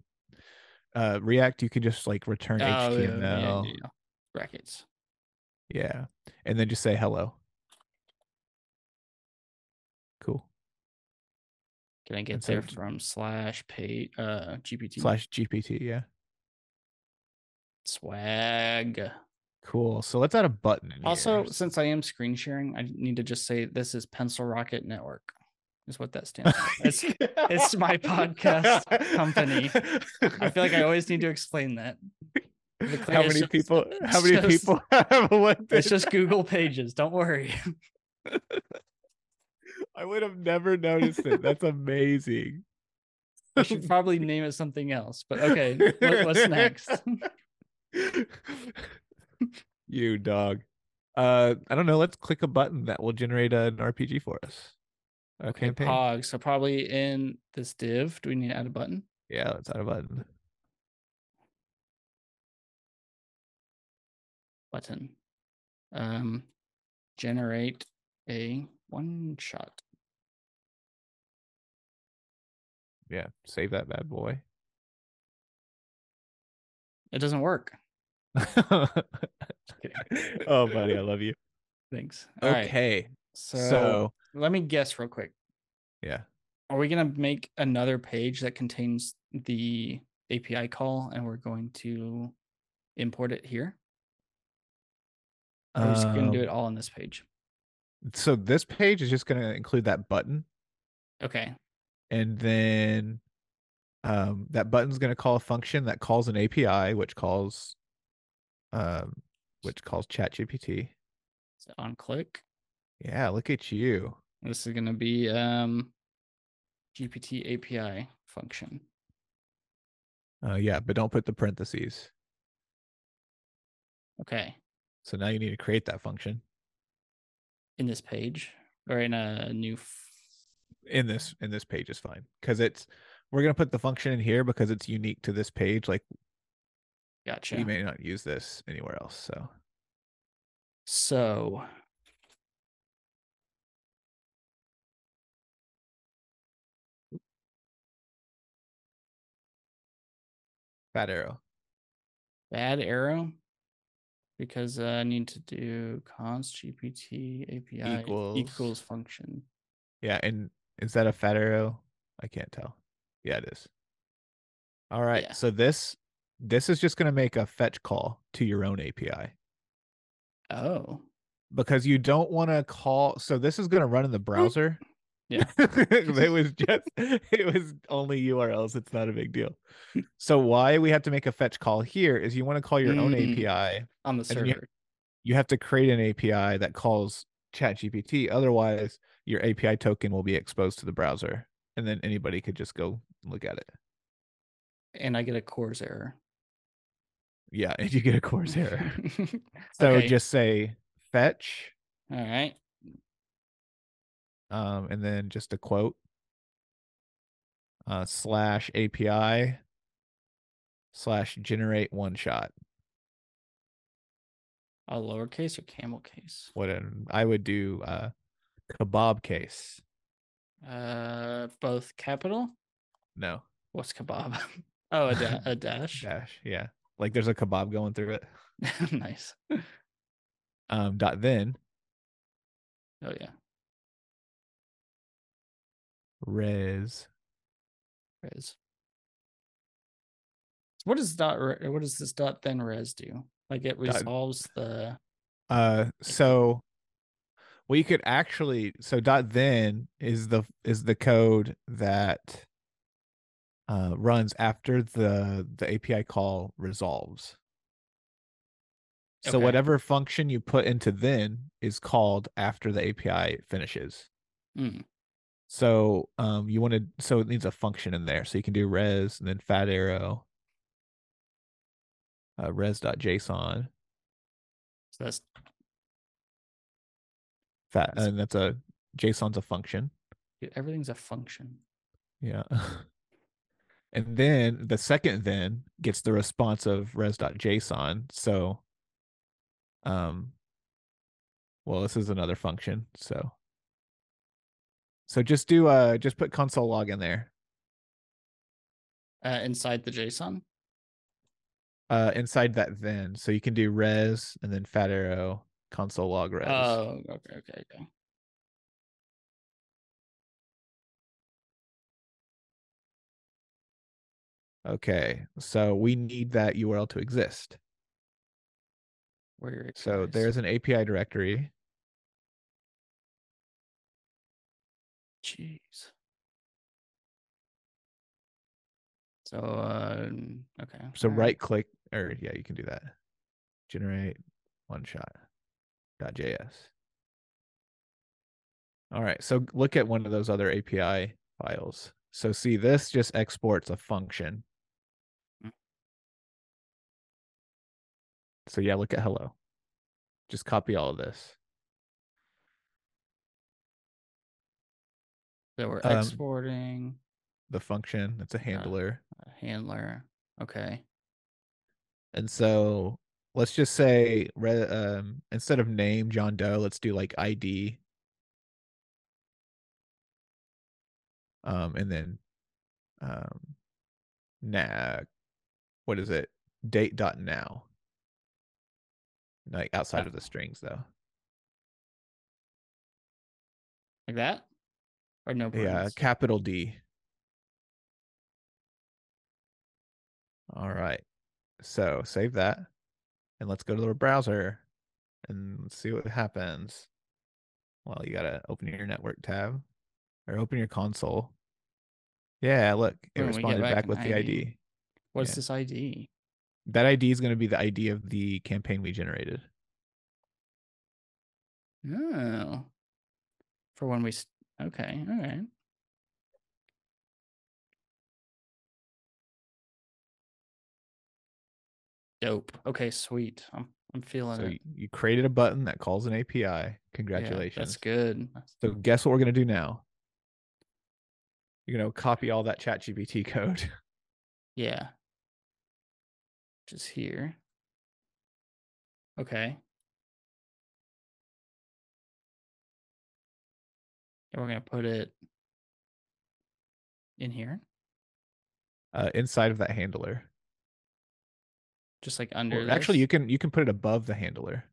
A: uh React, you can just like return
B: Oh, yeah, yeah,
A: HTML.
B: yeah. Brackets.
A: Yeah. And then just say hello. Cool.
B: Can I get
A: And so
B: there
A: j-
B: from slash pay uh GPT
A: Slash GPT. Yeah.
B: swag?
A: Cool. So let's add a button. in
B: Also,
A: here.
B: since I am screen sharing, I need to just say this is Pencil Rocket Network, is what that stands for. It's- it's my podcast company. I feel like I always need to explain that. the
A: How
B: cleanest-
A: many people? How
B: it's
A: many
B: just-
A: people have looked?
B: It's
A: at
B: just
A: that?
B: Google Pages. Don't worry.
A: I would have never noticed it. That's amazing.
B: We should probably name it something else. But okay, what, what's next?
A: you dog. Uh, I don't know. Let's click a button that will generate an RPG for us. A
B: Okay,
A: campaign.
B: Pog. So probably in this div, do we need to add a button?
A: Yeah, let's add a button.
B: Button. Um, generate a one shot.
A: Yeah, save that bad boy.
B: It doesn't work.
A: oh, buddy, I love you.
B: Thanks. All right.
A: Okay,
B: So,
A: so
B: let me guess real quick.
A: yeah,
B: Are we gonna make another page that contains the API call, and we're going to import it here? Or Are we just gonna do it
A: um,
B: all on this page?
A: So this page is just going to include that button,
B: Okay.
A: and then um, that button's going to call a function that calls an API, which calls, um, which calls ChatGPT.
B: So on click.
A: Yeah, look at you.
B: This is gonna be um, GPT API function.
A: Uh, yeah, but don't put the parentheses.
B: Okay.
A: So now you need to create that function
B: In this page or in a new. F-
A: in this in this page is fine because it's we're going to put the function in here because it's unique to this page. Like
B: gotcha.
A: we may not use this anywhere else. So
B: So.
A: fat arrow.
B: Bad arrow. because uh, I need to do const GPT API
A: Equals.
B: equals function.
A: Yeah, and is that a fat arrow? I can't tell. Yeah, it is. All right.
B: Yeah.
A: So this this is just going to make a fetch call to your own API
B: Oh,
A: because you don't want to call. So this is going to run in the browser.
B: Yeah.
A: it was just it was only URLs. It's not a big deal. So why we have to make a fetch call here is you want to call your own
B: Mm.
A: API
B: on the
A: And you-
B: server.
A: you have to create an API that calls ChatGPT. Otherwise, your API token will be exposed to the browser, and then anybody could just go look at it.
B: And I get a cores error.
A: Yeah, and you get a course error. So
B: Okay,
A: just say fetch,
B: all right.
A: um, and then just a quote uh, slash API slash generate one shot.
B: A lowercase or camel case?
A: What an- I would do uh, kebab case.
B: Uh, both capital.
A: No
B: What's kebab? Oh, a, da- a dash.
A: dash. Yeah, like there's a kebab going through it.
B: nice.
A: Um, dot then
B: Oh yeah.
A: res
B: res. What does dot re- what does this dot then res do? Like it resolves the
A: Uh, so well, you could actually so dot then is the is the code that uh, runs after the the API call resolves. So
B: Okay.
A: whatever function you put into then is called after the API finishes.
B: Mm,
A: So um, you want to so it needs a function in there. So you can do res and then fat arrow uh, res.json
B: so that's
A: fat
B: That's-
A: and that's a JSON's a function.
B: dude, everything's a function.
A: Yeah. And then the second then gets the response of res.json. So um well this is another function. So so just do uh just put console log in there.
B: Uh, inside the JSON.
A: Uh inside that then. So you can do res and then fat arrow console log res.
B: Oh, okay, okay, okay.
A: okay. So we need that URL to exist.
B: Where your
A: So
B: APIs.
A: there's an API directory.
B: jeez. So uh, okay.
A: So
B: all
A: right click, or yeah, you can do that. Generate one shot. .js. All right, so look at one of those other API files. So see, this just exports a function.
B: Mm.
A: So yeah, look at hello. Just copy all of this.
B: So we're
A: um,
B: exporting
A: The function,
B: Uh-huh.
A: it's a handler.
B: a handler. Okay.
A: And so let's just say re- um, instead of name John Doe, let's do like ID. Um, and then um nah what is it? Date dot now. Like outside of the strings though.
B: Like that? Or no
A: Yeah,
B: brains?
A: capital D. All right. So save that and let's go to the browser and let's see what happens. Well, you got to open your network tab or open your console. Yeah, look, it
B: Boom, we get
A: responded
B: back
A: back
B: an
A: with the
B: ID.
A: ID.
B: What's
A: yeah.
B: this ID?
A: That ID is going to be the ID of the campaign we generated.
B: Oh. For when we s okay, all right. Dope. Okay, sweet. I'm I'm feeling
A: So
B: it.
A: you, you created a button that calls an API.
B: Yeah,
A: Congratulations.
B: that's good. That's-
A: So guess what we're gonna do now? You're gonna copy all that chat GPT code.
B: Yeah. Just here. Okay. And we're gonna put it in here.
A: Uh, inside of that handler.
B: just like under.
A: Or actually,
B: this,
A: you can you can put it above the handler.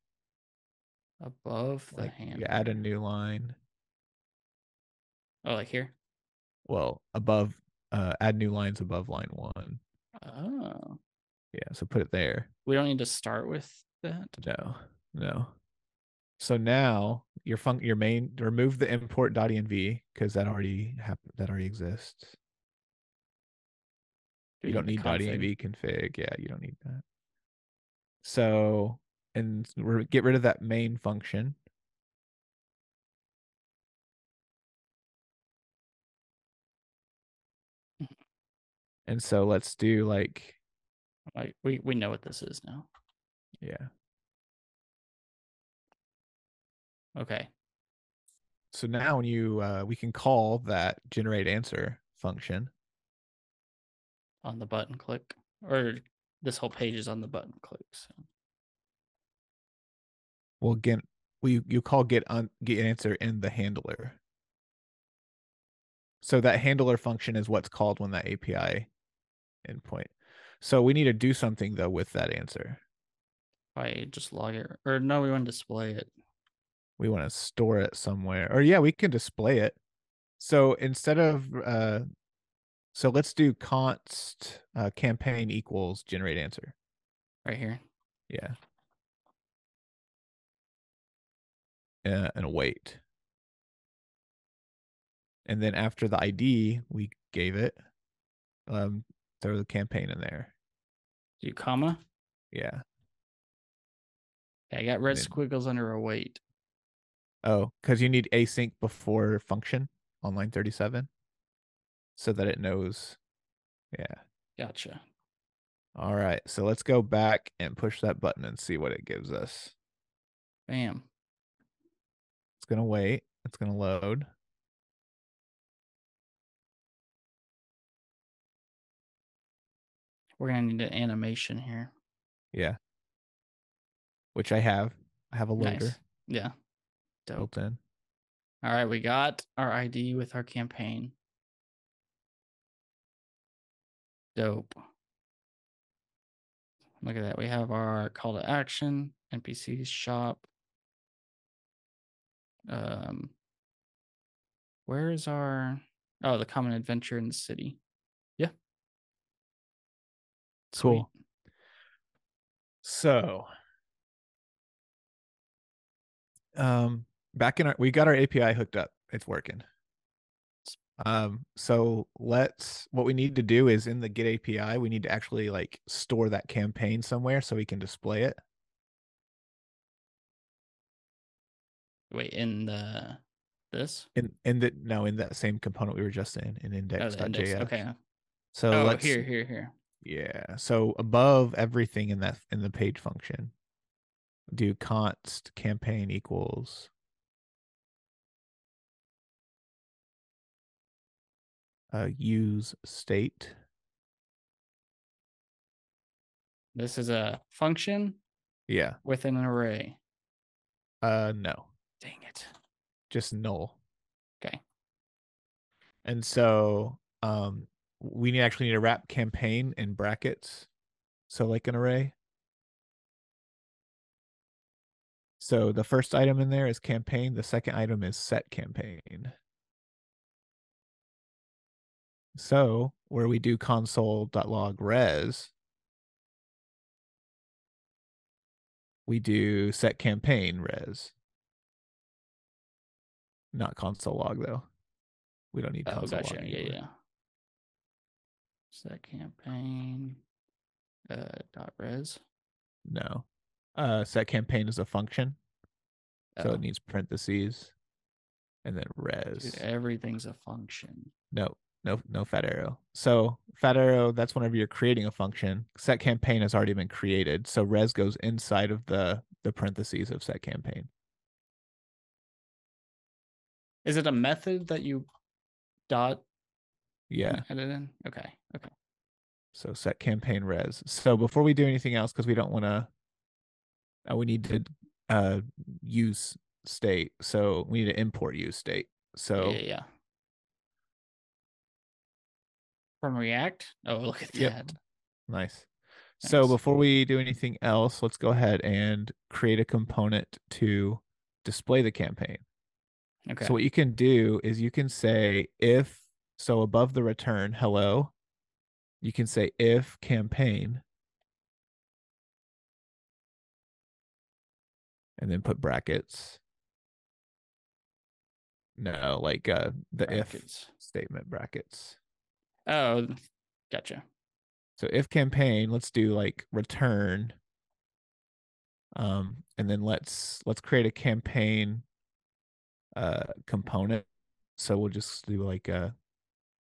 B: above the
A: Like
B: hand.
A: you add a new line.
B: Oh, like here.
A: Well, above uh add new lines above line one.
B: Oh,
A: Yeah, so put it there.
B: we don't need to start with that.
A: No, no. So now your fun your main remove the E import.env because that already happened that already exists.
B: Do we
A: you don't
B: the
A: need
B: config?
A: .env config. Yeah, you don't need that. So and we're get rid of that main function. And so let's do like
B: Like we we know what this is now.
A: yeah.
B: Okay.
A: So now when you uh, we can call that generate answer function.
B: on the button click or this whole page is on the button click so
A: Well, get we you call get un, get answer in the handler. So that handler function is what's called when that API endpoint. So we need to do something though with that answer.
B: if i just log it or no we want to display it
A: We want to store it somewhere, or yeah, we can display it. So instead of uh, so let's do const uh, campaign equals generate answer.
B: right here
A: Yeah. Uh, and wait. And then after the ID we gave it, um, throw the campaign in there.
B: do you comma
A: Yeah.
B: yeah, i got red
A: then-
B: squiggles under a weight
A: Oh, because you need async before function on line 37 so that it knows. Yeah.
B: gotcha
A: All right. So let's go back and push that button and see what it gives us.
B: bam
A: It's going to wait, it's going to load.
B: we're gonna need an animation here
A: Yeah. Which I have. I have a loader
B: nice yeah dope
A: built in.
B: all right we got our id with our campaign dope look at that we have our call to action npc shop um where is our oh the common adventure in the city yeah
A: Cool. So, um, back in our, we got our API hooked up. It's working. Um, so let's, what we need to do is in the get API, we need to actually like store that campaign somewhere so we can display it.
B: Sweet. wait in the this
A: In, in the, no, in that same component we were just in, in
B: oh,
A: index.js.
B: the index. okay
A: So
B: oh
A: let's,
B: here here here
A: yeah. So above everything in that, in the page function, do const campaign equals uh, use state.
B: this is a function
A: Yeah.
B: with an array
A: Uh, no,
B: dang it
A: just null.
B: Okay.
A: And so um, we need, actually need to wrap campaign in brackets. So, like an array. So the first item in there is campaign. The second item is set campaign. So where we do console.log res, we do set campaign res. Not console log though. We don't need
B: Oh,
A: console
B: gotcha.
A: log.
B: Yeah,
A: anywhere.
B: yeah. So that campaign uh dot res.
A: No. Uh, set campaign is a function, so
B: Oh,
A: it needs parentheses, and then res.
B: dude, everything's a function.
A: No, no, no fat arrow. So fat arrow, that's whenever you're creating a function. Set campaign has already been created. So res goes inside of the the parentheses of set campaign.
B: Is it a method that you dot
A: Yeah.
B: edit in? Okay. Okay.
A: So set campaign res. So before we do anything else, because we don't want to, uh, we need to uh, use state. So we need to import use state.
B: Yeah,
A: So
B: yeah, yeah. From React? Oh, look at
A: Yep.
B: that.
A: nice. So
B: Thanks.
A: before we do anything else, let's go ahead and create a component to display the campaign.
B: Okay.
A: So what you can do is you can say if so above the return hello, you can say if campaign and then put brackets. No, like uh the if
B: Brackets.
A: statement brackets.
B: Oh, gotcha.
A: So if campaign, let's do like return. Um, and then let's let's create a campaign uh component. So we'll just do like uh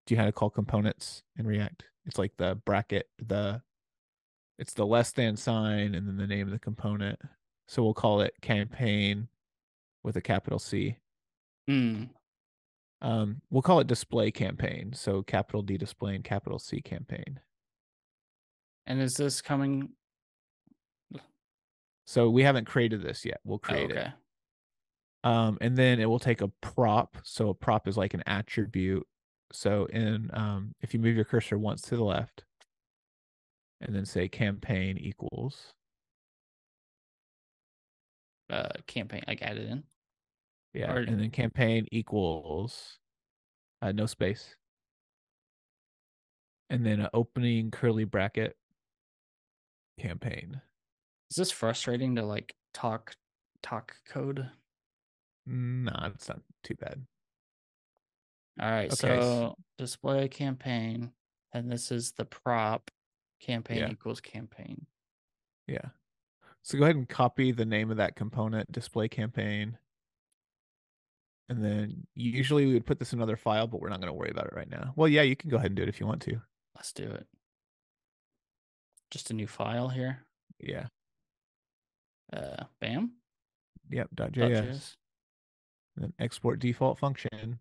A: do you know how to call components in React? It's like the bracket, the it's the less than sign and then the name of the component. So we'll call it campaign with a capital C.
B: Mm,
A: Um, we'll call it display campaign. So capital D display and capital C campaign.
B: And is this coming? oh,
A: So we haven't created this yet. We'll
B: Oh,
A: create it.
B: okay.
A: um and then it will take a prop so a prop is like an attribute so in um if you move your cursor once to the left and then say campaign equals
B: Uh, campaign like added in.
A: yeah
B: Or-
A: and then campaign equals uh, no space and then an opening curly bracket campaign
B: Is this frustrating to like talk talk code?
A: nah it's not too bad
B: All right.
A: Okay, s-
B: So display campaign, and this is the prop campaign
A: Yeah.
B: equals campaign.
A: yeah so go ahead and copy the name of that component display campaign And then u- usually we would put this in another file, but we're not going to worry about it right now. Well, yeah, you can go ahead and do it if you want to.
B: Let's do it. Just a new file here.
A: Yeah.
B: Uh, bam.
A: Yep. Dot
B: dot
A: .js.
B: js.
A: And then export default function.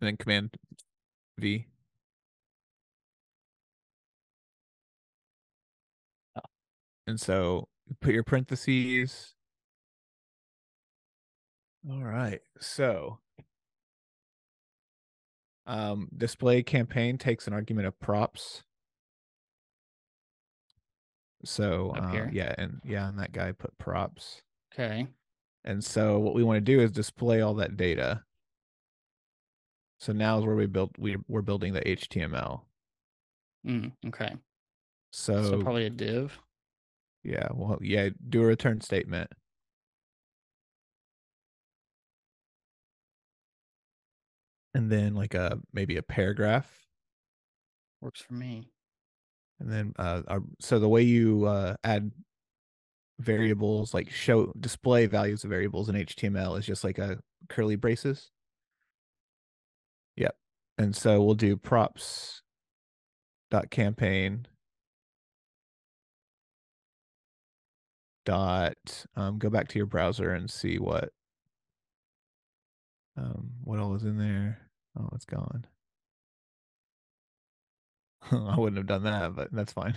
A: And then command V.
B: Oh.
A: And so put your parentheses. All right. So um, display campaign takes an argument of props. So
B: Up
A: uh,
B: here.
A: yeah, and yeah, and that guy put props.
B: Okay.
A: And so what we want to do is display all that data. So now is where we built we we're building the HTML.
B: Mm, okay.
A: So,
B: so probably a div.
A: yeah, well yeah, do a return statement. And then like a maybe a paragraph.
B: Works for me.
A: And then uh our, so the way you uh add variables like show display values of variables in HTML is just like a curly braces. Yep. And so we'll do props dot campaign dot um, go back to your browser and see what um, what all is in there. Oh, it's gone. I wouldn't have done that, but that's fine.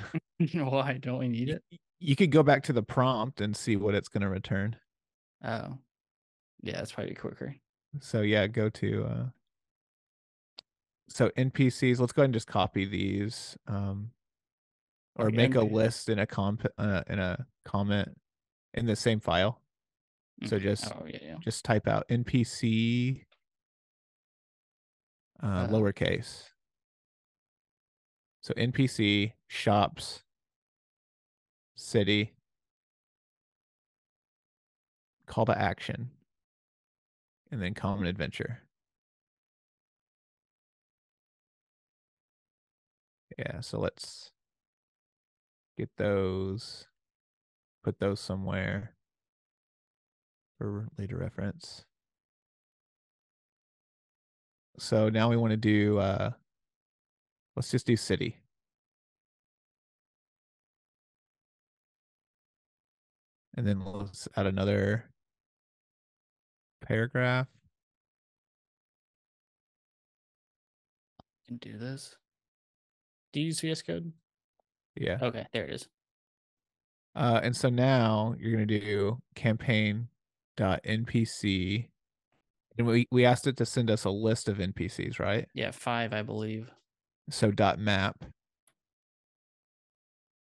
B: Why don't we need
A: Y-
B: it?
A: y- You could go back to the prompt and see what it's going to return.
B: Oh, yeah, that's probably quicker.
A: So yeah, go to uh so NPCs. Let's go ahead and just copy these um or
B: Okay,
A: make a
B: NP
A: list in a comp uh, in a comment in the same file. So
B: Mm,
A: just
B: Oh yeah, yeah.
A: just type out NPC uh,
B: Uh,
A: lowercase. So NPC shops city call to action and then common adventure. Yeah, so let's get those put those somewhere for later reference. So now we want to do uh let's just do city. And then let's add another paragraph.
B: Can do this. Do you use VS Code?
A: Yeah.
B: Okay, there it is.
A: Uh, and so now you're going to do campaign dot npc And we, we asked it to send us a list of NPCs, right?
B: Yeah, five, I believe.
A: So dot map.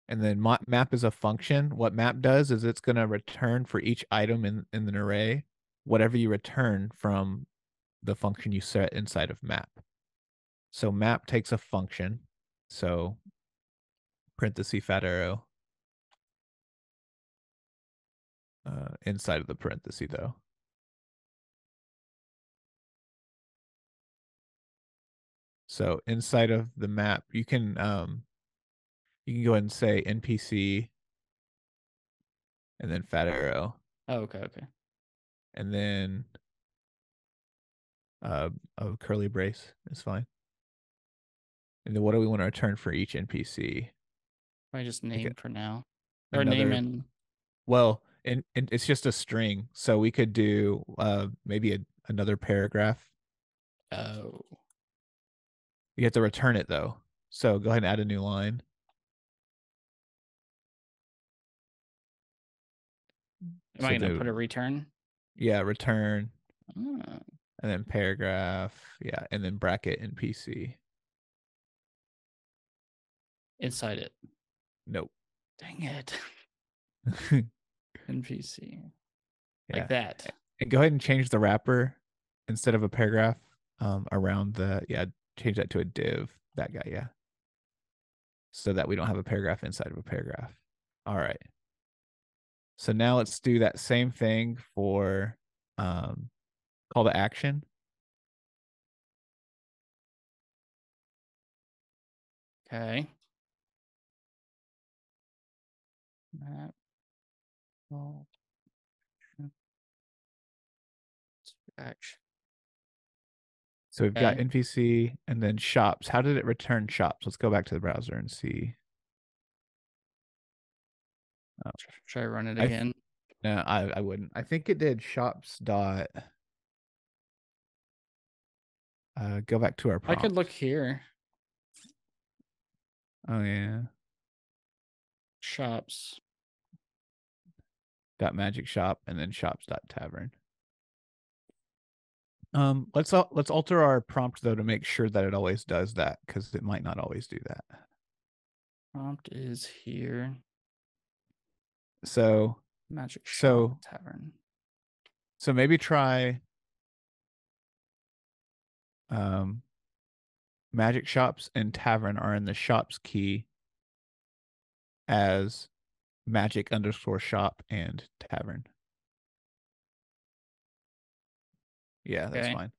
A: And then ma- map is a function. What map does is it's going to return for each item in, in an array, whatever you return from the function you set inside of map. So map takes a function. So parenthesis fat arrow uh, inside of the parenthesis though. So inside of the map, you can um, you can go ahead and say npc and then fat arrow
B: Oh, okay, okay.
A: and then uh, a curly brace is fine. And then what do we want to return for each NPC?
B: Probably just name for now. Or name
A: Another-
B: and
A: Well, and, and it's just a string, so we could do uh maybe a, another paragraph.
B: oh
A: You have to return it though. So go ahead and add a new line.
B: am I
A: So
B: gonna
A: the-
B: put a return?
A: Yeah, return
B: Ah,
A: and then paragraph. Yeah, and then bracket NPC.
B: inside it.
A: Nope.
B: Dang it.
A: and
B: NPC.
A: Yeah.
B: Like that.
A: go ahead and change the wrapper instead of a paragraph um around the yeah, change that to a div. That guy, yeah. So that we don't have a paragraph inside of a paragraph. All right. So now let's do that same thing for um call to action.
B: Okay. Map. Well, action. Action.
A: So we've got
B: Okay.
A: NPC and then shops. How did it return shops? Let's go back to the browser and see.
B: Tr- Try to run it
A: I f-
B: again.
A: No, I, I wouldn't. I think it did shops dot. Uh, go back to our
B: I
A: prompt.
B: could look here.
A: Oh yeah,
B: Shops.
A: dot magic shop and then shops dot tavern. Um, let's al- let's alter our prompt though to make sure that it always does that because it might not always do that.
B: Prompt is here.
A: So
B: Magic shop
A: So-
B: tavern.
A: So maybe try um magic shops and tavern are in the shops key as magic underscore shop and tavern. Yeah, that's
B: Okay.
A: fine.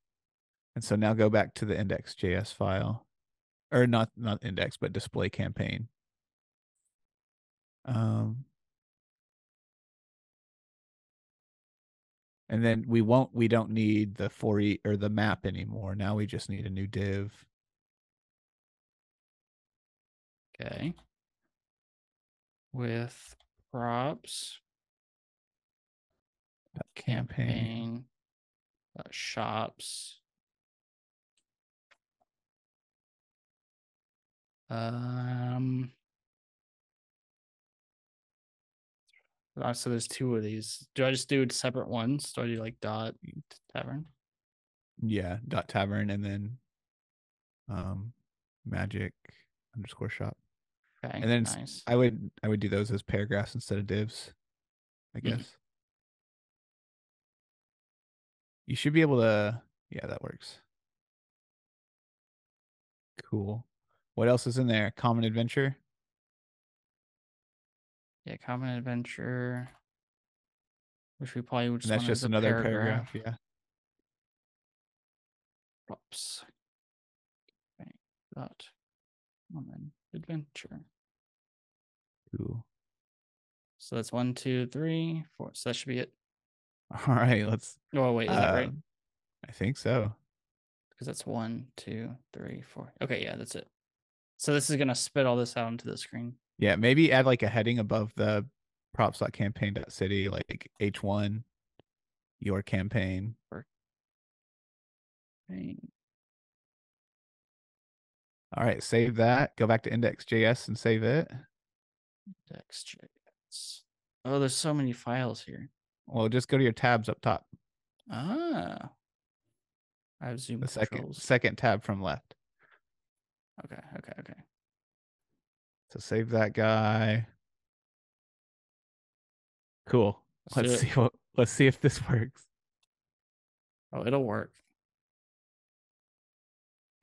A: And so now go back to the index.js file. Or not not index, but display campaign. Um And then we won't we don't need the for e or the map anymore. Now we just need a new div.
B: Okay. With props.
A: campaign.
B: Campaign. uh, shops. Um. uh, So there's two of these. Do I just do separate ones? Do I do like dot tavern?
A: Yeah, dot tavern and then um magic underscore shop.
B: Okay,
A: then s-
B: nice.
A: I would I would do those as paragraphs instead of divs, I
B: Mm-hmm.
A: guess. You should be able to yeah, that works. Cool. What else is in there? Common adventure?
B: Yeah, common adventure. Which we probably would just
A: And that's
B: want as
A: just
B: a
A: another paragraph. Yeah.
B: props. Okay, dot common adventure.
A: Cool.
B: So that's one, two, three, four. So that should be it.
A: All right, let's
B: Oh wait, is that right?
A: um, I think so.
B: Because that's one, two, three, four. Okay, yeah, that's it. So this is gonna spit all this out into the screen.
A: Yeah, maybe add like a heading above the props.campaign.city, like H1, your campaign.
B: Right.
A: All right, save that. Go back to index.js and save it.
B: Dex.js. Oh, there's so many files here.
A: Well, just go to your tabs up top.
B: Ah, I have Zoom
A: The second
B: controls.
A: second tab from left.
B: Okay, okay, okay.
A: So save that guy. Cool.
B: Let's do
A: Let's
B: it.
A: see what let's see if this works.
B: Oh, it'll work.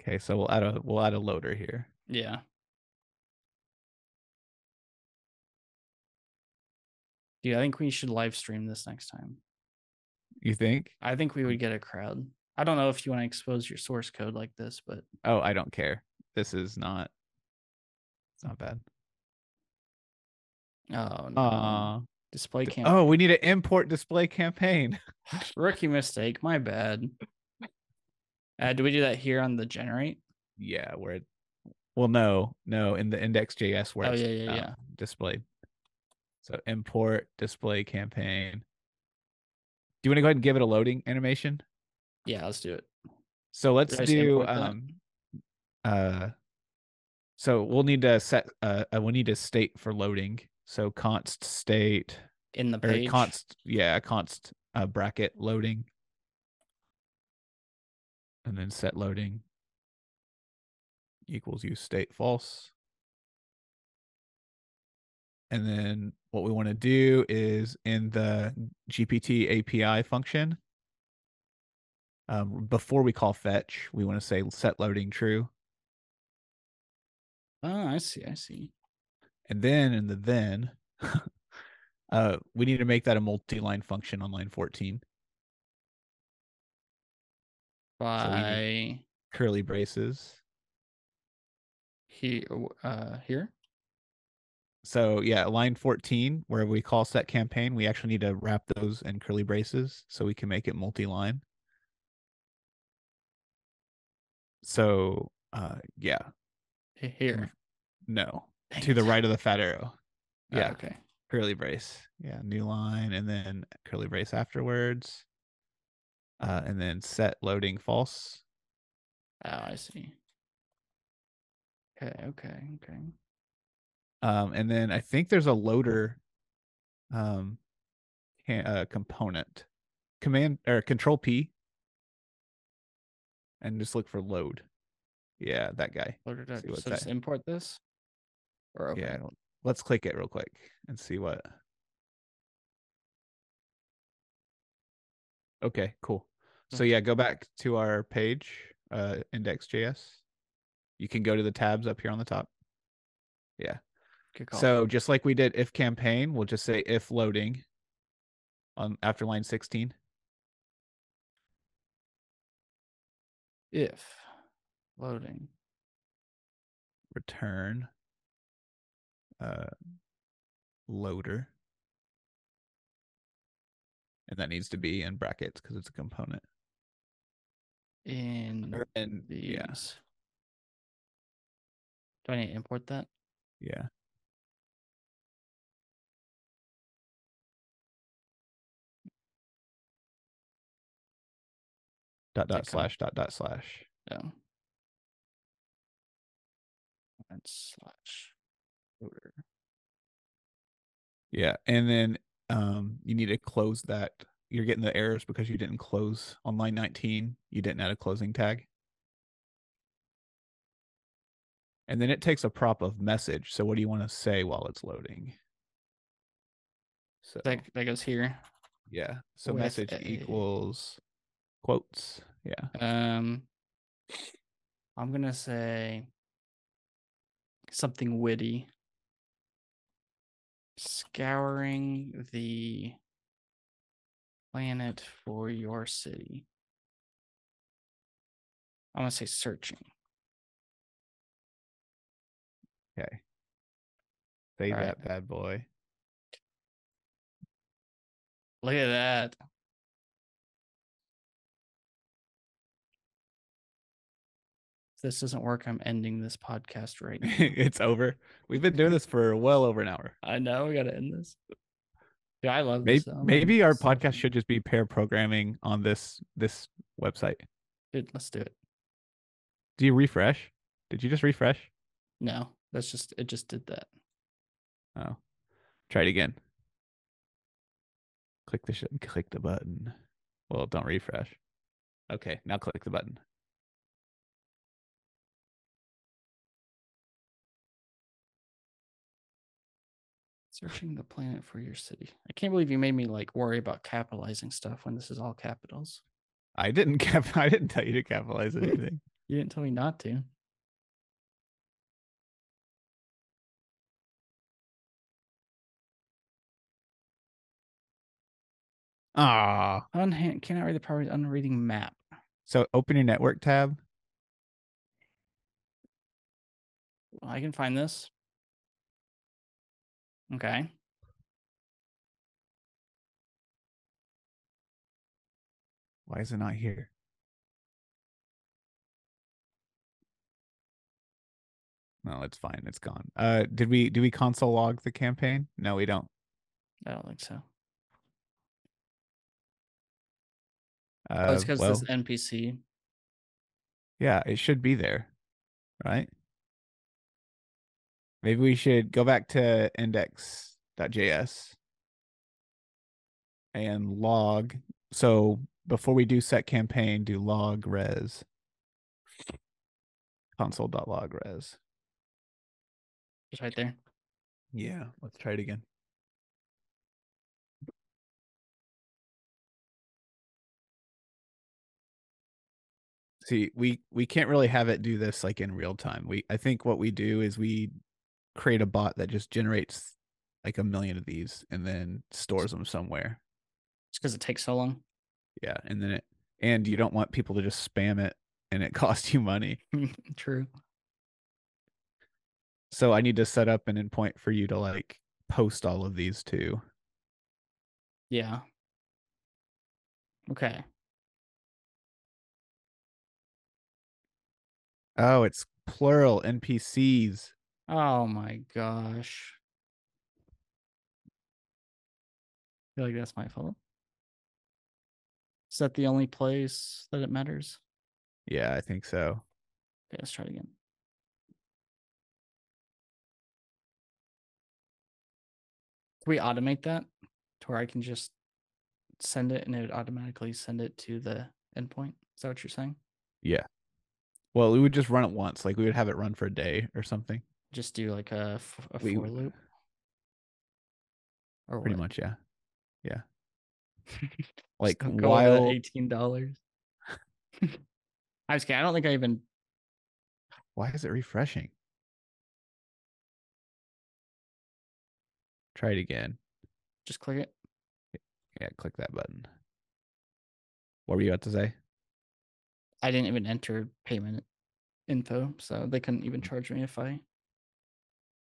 A: Okay, so we'll add a we'll add a loader here.
B: Yeah. Dude, I think we should live stream this next time.
A: You think?
B: I think
A: Mm.
B: we would get a crowd. I don't know if you want to expose your source code like this, but
A: Oh, I don't care. This is not it's not bad.
B: oh no.
A: Uh,
B: Display
A: d-
B: camp.
A: oh, we need to import display campaign.
B: Rookie mistake. My bad. Uh, do we do that here on the generate?
A: yeah, where it well no, no, in the index.js where
B: oh
A: it's
B: yeah, yeah,
A: uh,
B: yeah.
A: displayed. So import display campaign. Do you want to go ahead and give it a loading animation?
B: Yeah, let's do it.
A: So let's
B: Did I say
A: do
B: import that?
A: um uh so we'll need to set uh uh, we'll need a state for loading. So const state
B: In the
A: or
B: page.
A: const yeah, const uh bracket loading. And then set loading equals use state false. And then what we want to do is in the GPT API function, um, before we call fetch, we want to say set loading true.
B: oh, I see. I see.
A: And then in the then, uh, we need to make that a multi line function on line 14,
B: By
A: curly braces.
B: he uh here.
A: So yeah, line 14, where we call set campaign, we actually need to wrap those in curly braces so we can make it multi-line. So uh yeah,
B: H- Here.
A: no.
B: Dang
A: Mm. To the
B: it.
A: right of the fat arrow.
B: Oh,
A: Yeah.
B: okay.
A: Curly brace. Yeah, new line and then curly brace afterwards. Uh and then set loading false.
B: Oh, I see. Okay, okay, okay.
A: Um and then I think there's a loader um can, uh, component. Command or control P and just look for load. Yeah, that guy.
B: Loaded
A: See
B: up.
A: what's
B: So just
A: that-
B: import this. Or open
A: Yeah, I
B: it?
A: don't- let's click it real quick and see what. Okay, cool. So
B: Okay.
A: yeah, go back to our page, uh, index.js. You can go to the tabs up here on the top.
B: Good call.
A: So just like we did if campaign, we'll just say if loading on after line 16.
B: if loading.
A: return uh loader and that needs to be in brackets because it's a component
B: in
A: Or- and
B: these.
A: yeah
B: Do I need to import that?
A: yeah dot dot
B: Okay.
A: slash dot dot slash
B: No. And slash loader.
A: yeah and then um you need to close that you're getting the errors because you didn't close on line 19 you didn't add a closing tag and then it takes a prop of message so what do you want to say while it's loading so
B: That that goes here.
A: yeah so
B: with eh,
A: message
B: a-
A: equals quotes yeah
B: Um, I'm gonna say something witty. Scouring the planet for your city. I want to say searching.
A: okay save
B: Alright.
A: that bad boy
B: Look at that. If this doesn't work, I'm ending this podcast right now.
A: it's over we've been doing this for well over an hour
B: I know we gotta end this. Yeah, I love
A: maybe,
B: this. though. I'm gonna
A: maybe our
B: so
A: podcast
B: fun.
A: should just be pair programming on this this website
B: Dude, let's do it.
A: do you refresh did you just refresh
B: No, that's just it. Just did that.
A: oh try it again click the sh- click the button well don't refresh Okay, now click the button.
B: Searching the planet for your city. I can't believe you made me like worry about capitalizing stuff when this is all capitals.
A: I didn't cap. I didn't tell you to capitalize anything.
B: You didn't tell me not to.
A: Ah.
B: Unhand cannot read the properties. Unreading map.
A: So open your network tab.
B: Well, I can find this. Okay.
A: Why is it not here? No, it's fine. It's gone. Uh, did we do we console log the campaign? No, we don't.
B: I don't think so.
A: Uh,
B: Oh, it's because
A: well,
B: this NPC.
A: yeah, it should be there, right? Maybe we should go back to index.js and log. So before we do set campaign, do log res console.log res.
B: It's right there.
A: Yeah, let's try it again. See, we we can't really have it do this like in real time. We I think what we do is we create a bot that just generates like a million of these and then stores them somewhere.
B: It's because it takes so long.
A: Yeah, and then it and you don't want people to just spam it and it costs you money.
B: True.
A: So I need to set up an endpoint for you to like post all of these to.
B: Yeah. Okay.
A: Oh, it's plural NPCs.
B: Oh my gosh. I feel like that's my fault. Is that the only place that it matters?
A: Yeah, I think so.
B: Okay, let's try it again. Can we automate that to where I can just send it and it would automatically send it to the endpoint? Is that what you're saying?
A: Well, we would just run it once. Like we would have it run for a day or something.
B: Just do like a, f- a
A: We-
B: for loop? Or
A: Pretty
B: what?
A: much, yeah. Yeah.
B: Just
A: Like
B: don't go over the
A: while
B: eighteen dollars. I was kidding. I don't think I even.
A: why is it refreshing? Try it again.
B: Just click it.
A: Yeah, click that button. What were you about to say?
B: I didn't even enter payment info, so they couldn't even charge me if I.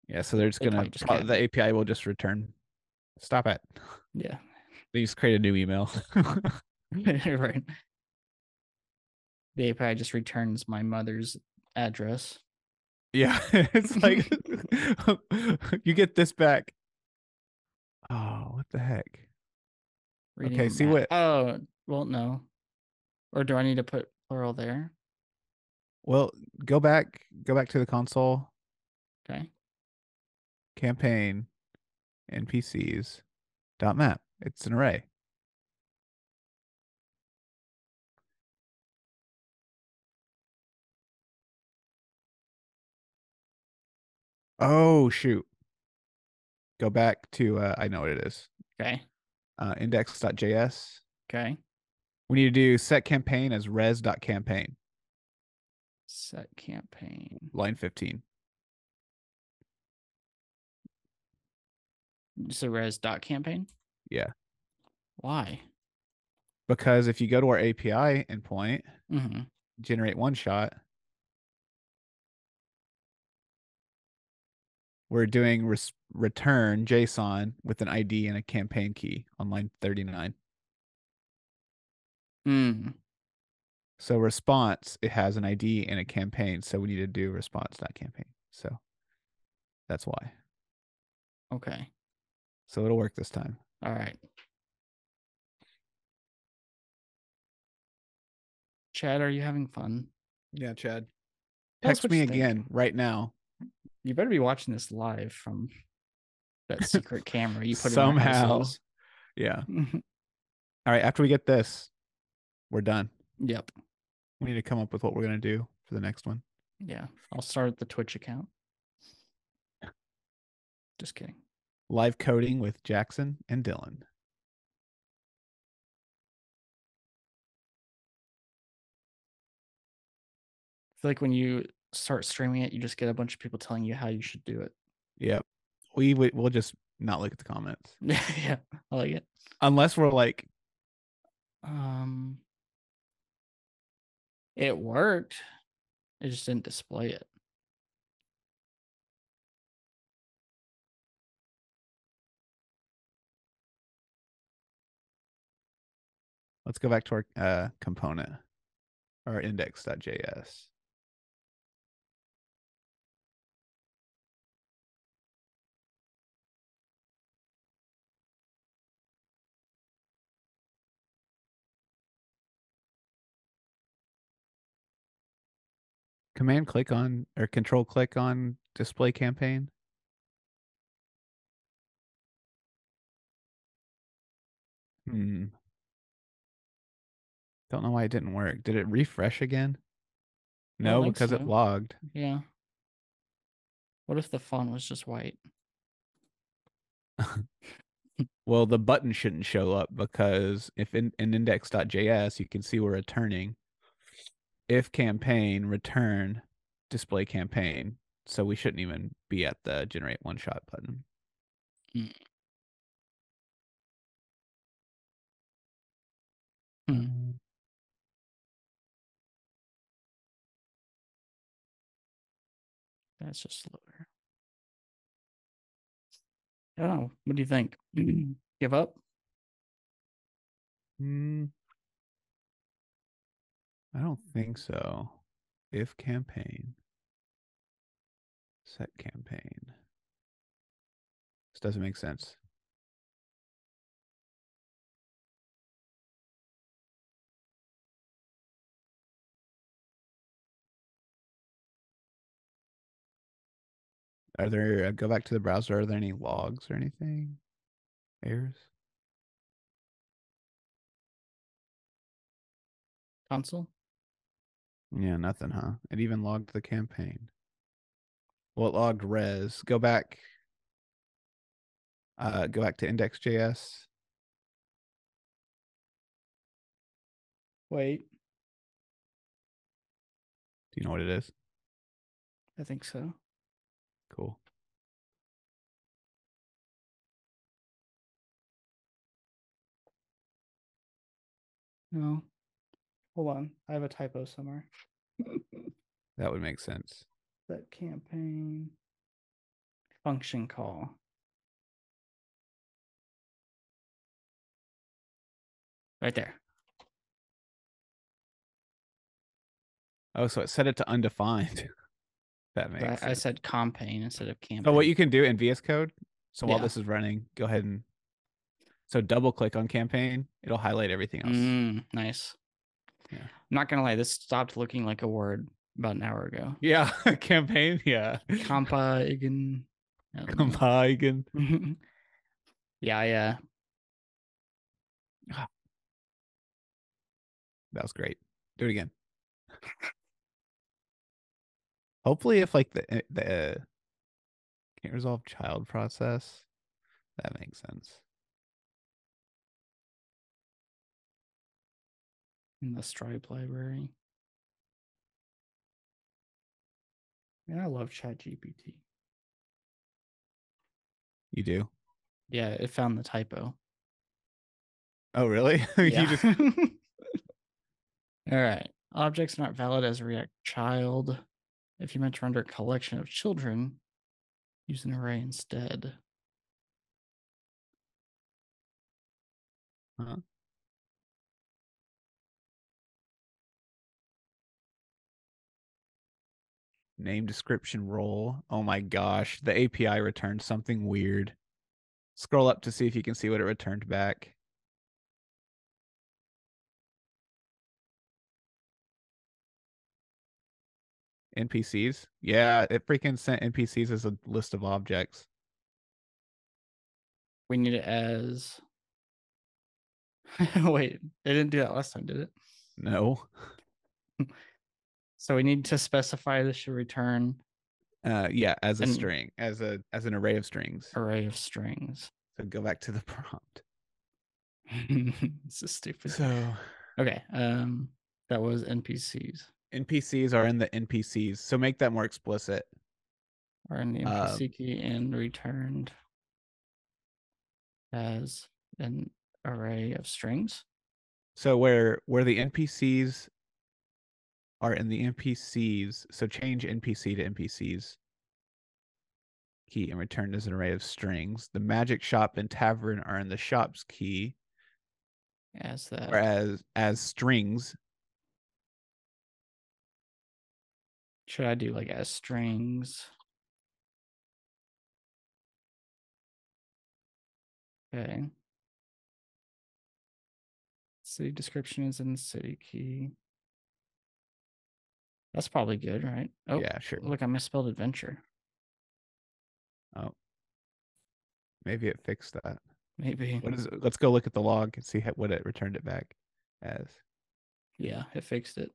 A: Yeah, so they're just
B: They
A: gonna
B: probably just
A: pro-
B: can't.
A: the API will just return. Stop it.
B: Yeah,
A: They just create a new email.
B: right. The API just returns my mother's address.
A: Yeah, it's like you get this back. Oh, what the heck?
B: reading
A: Okay,
B: a
A: see
B: map-
A: what-
B: Oh, well, no. Or do I need to put plural there?
A: Well, go back, go back to the console
B: Okay.
A: campaign, NPCs, dot map. It's an array. Oh shoot! Go back to uh, I know what it is.
B: Okay.
A: Uh, index.js.
B: Okay.
A: We need to do set campaign as res.campaign,
B: Set campaign.
A: line 15.
B: So res dot campaign.
A: Yeah.
B: Why?
A: Because if you go to our API endpoint,
B: Mm-hmm.
A: generate one shot, we're doing res- return JSON with an ID and a campaign key on line 39.
B: Mm.
A: So response, it has an ID and a campaign. So we need to do response not campaign. So that's why.
B: Okay.
A: So it'll work this time.
B: All right. Chad, are you having fun?
A: Yeah, Chad.
B: Tell us
A: Text
B: what
A: me
B: you think.
A: again right now.
B: You better be watching this live from that secret camera you put
A: Somehow.
B: in
A: Yeah.
B: your houses.
A: All right. After we get this, we're done.
B: Yep.
A: We need to come up with what we're gonna do for the next one.
B: Yeah. I'll start the Twitch account. Just kidding.
A: Live coding with Jackson and Dylan.
B: I feel like when you start streaming it, you just get a bunch of people telling you how you should do it.
A: Yep. We w- we'll just not look at the comments
B: yeah. I like it.
A: unless we're like,
B: Um it worked. It just didn't display it.
A: let's go back to our uh, component, our index.js. Command click on or control click on display campaign. Hmm. Don't know why it didn't work. Did it refresh again?
B: I
A: No,
B: think
A: because
B: so.
A: it logged.
B: Yeah. What if the font was just white?
A: Well, the button shouldn't show up because if in, in index.js, you can see we're returning if campaign return display campaign. So we shouldn't even be at the generate one shot button.
B: Hmm. That's just lower. I don't know. Oh, What do you think? Give up?
A: Mm, I don't think so. If campaign, set campaign. This doesn't make sense. Are there, uh, go back to the browser, are there any logs or anything? Errors?
B: Console?
A: Yeah, nothing, huh? It even logged the campaign. Well, it logged res. Go back. Uh, go back to index.js.
B: Wait.
A: Do you know what it is?
B: I think so.
A: Cool.
B: No. Hold on. I have a typo somewhere.
A: That would make sense.
B: that campaign function call. Right there.
A: Oh, so it set it to undefined. that
B: So
A: makes
B: I, I
A: sense.
B: said campaign instead of campaign.
A: So what you can do in VS Code. So while
B: Yeah.
A: this is running, go ahead and so double click on campaign. It'll highlight everything else.
B: Mm, nice.
A: Yeah.
B: I'm not gonna lie, this stopped looking like a word about an hour ago.
A: Yeah, campaign. Yeah.
B: Compa again.
A: Combine.
B: yeah, uh, yeah.
A: That was great. Do it again. Hopefully, if like the uh, the uh, can't resolve child process, that makes sense.
B: in the Stripe library. Man, I love ChatGPT.
A: You do.
B: Yeah, it found the typo.
A: Oh, really? you
B: Yeah.
A: just
B: All right. Objects not valid as a React child. If you meant to render a collection of children, use an array instead.
A: Huh? name description role. Oh my gosh, the API returned something weird. Scroll up to see if you can see what it returned back. NPCs? Yeah, it freaking sent NPCs as a list of objects.
B: We need it as. Wait, it didn't do that last time, did it?
A: No.
B: So we need to specify this should return
A: Uh, yeah, as a
B: And-
A: string, as a as an array of strings.
B: array of strings.
A: So go back to the prompt.
B: this is stupid.
A: So
B: Okay. Um, that was NPCs
A: NPCs are in the NPCs. So make that more explicit.
B: or in the
A: Uh,
B: NPC key and returned as an array of strings.
A: So where where the NPCs are in the NPCs, so change NPC to NPCs key and return as an array of strings. The magic shop and tavern are in the shop's key
B: As that
A: or as as strings.
B: should I do like as strings? Okay. City description is in the city key. That's probably good, right? Oh,
A: Yeah, sure.
B: look, I misspelled adventure.
A: Maybe it fixed that.
B: Maybe.
A: What is it? Let's go look at the log and see how, what it returned it back as.
B: Yeah, it fixed it.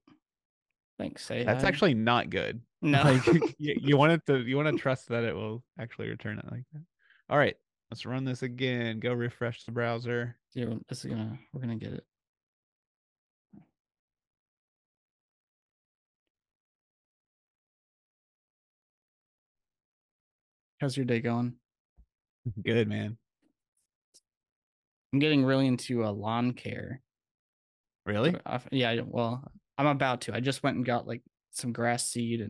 B: Thanks. AI.
A: That's actually not good.
B: no.
A: Like you, you want it to you want to trust that it will actually return it like that. All right, let's run this again. Go refresh the browser.
B: Yeah, well, this is gonna we're gonna get it. How's your day going?
A: Good man.
B: I'm getting really into uh, lawn care.
A: Really?
B: I, yeah, I, well, I'm about to. I just went and got like some grass seed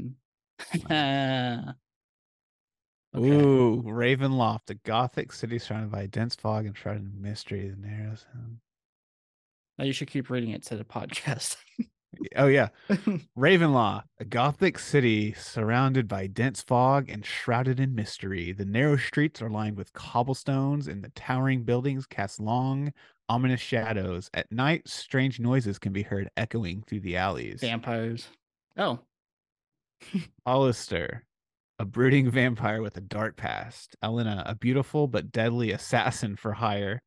B: and. Okay.
A: Ooh, Ravenloft, a gothic city surrounded by a dense fog and shrouded in mystery. The narrow sound.
B: Now Oh, you should keep reading it to the podcast.
A: Oh yeah, Ravenloft, a gothic city surrounded by dense fog and shrouded in mystery. The narrow streets are lined with cobblestones, and the towering buildings cast long, ominous shadows. At night, strange noises can be heard echoing through the alleys.
B: Vampires. Oh,
A: Hollister, a brooding vampire with a dark past. Elena, a beautiful but deadly assassin for hire.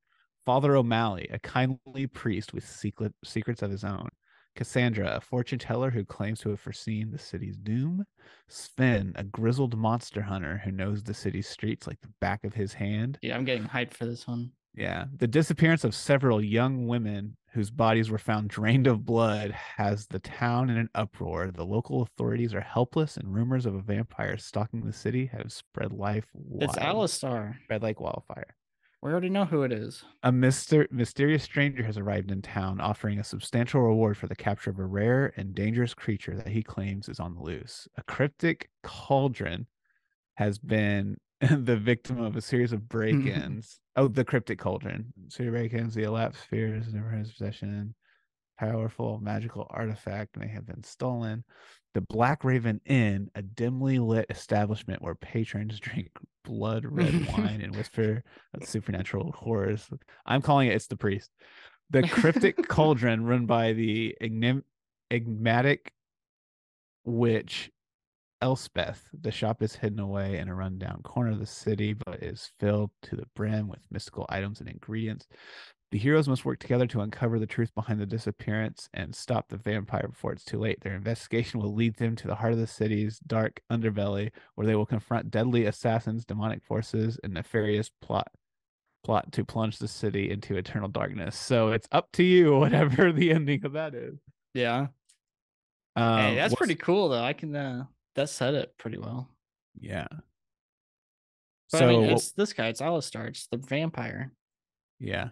A: Father O'Malley, a kindly priest with secret secrets of his own. Cassandra, a fortune teller who claims to have foreseen the city's doom. Sven, a grizzled monster hunter who knows the city's streets like the back of his hand.
B: yeah, I'm getting hyped for this one.
A: Yeah. The disappearance of several young women whose bodies were found drained of blood has the town in an uproar. The local authorities are helpless, and rumors of a vampire stalking the city have spread life wild.
B: It's Alistar.
A: Spread like wildfire.
B: We already know who it is.
A: A myster- mysterious stranger has arrived in town, offering a substantial reward for the capture of a rare and dangerous creature that he claims is on the loose. A cryptic cauldron has been the victim of a series of break ins. oh, the cryptic cauldron. Series of break ins, the elapsed spheres, never has possession. Powerful magical artifact may have been stolen. The Black Raven Inn, a dimly lit establishment where patrons drink blood red wine and whisper of supernatural horrors. I'm calling it It's the Priest. The cryptic cauldron run by the ignim- enigmatic witch Elspeth. The shop is hidden away in a rundown corner of the city, but is filled to the brim with mystical items and ingredients. The heroes must work together to uncover the truth behind the disappearance and stop the vampire before it's too late. Their investigation will lead them to the heart of the city's dark underbelly, where they will confront deadly assassins, demonic forces, and nefarious plot plot to plunge the city into eternal darkness. So it's up to you, whatever the ending of that is.
B: Yeah.
A: Um,
B: hey, that's
A: what's-
B: pretty cool though. I can uh that said it pretty well.
A: Yeah.
B: But
A: so
B: I mean
A: what-
B: it's this guy, it's Alistar, it's the vampire.
A: Yeah.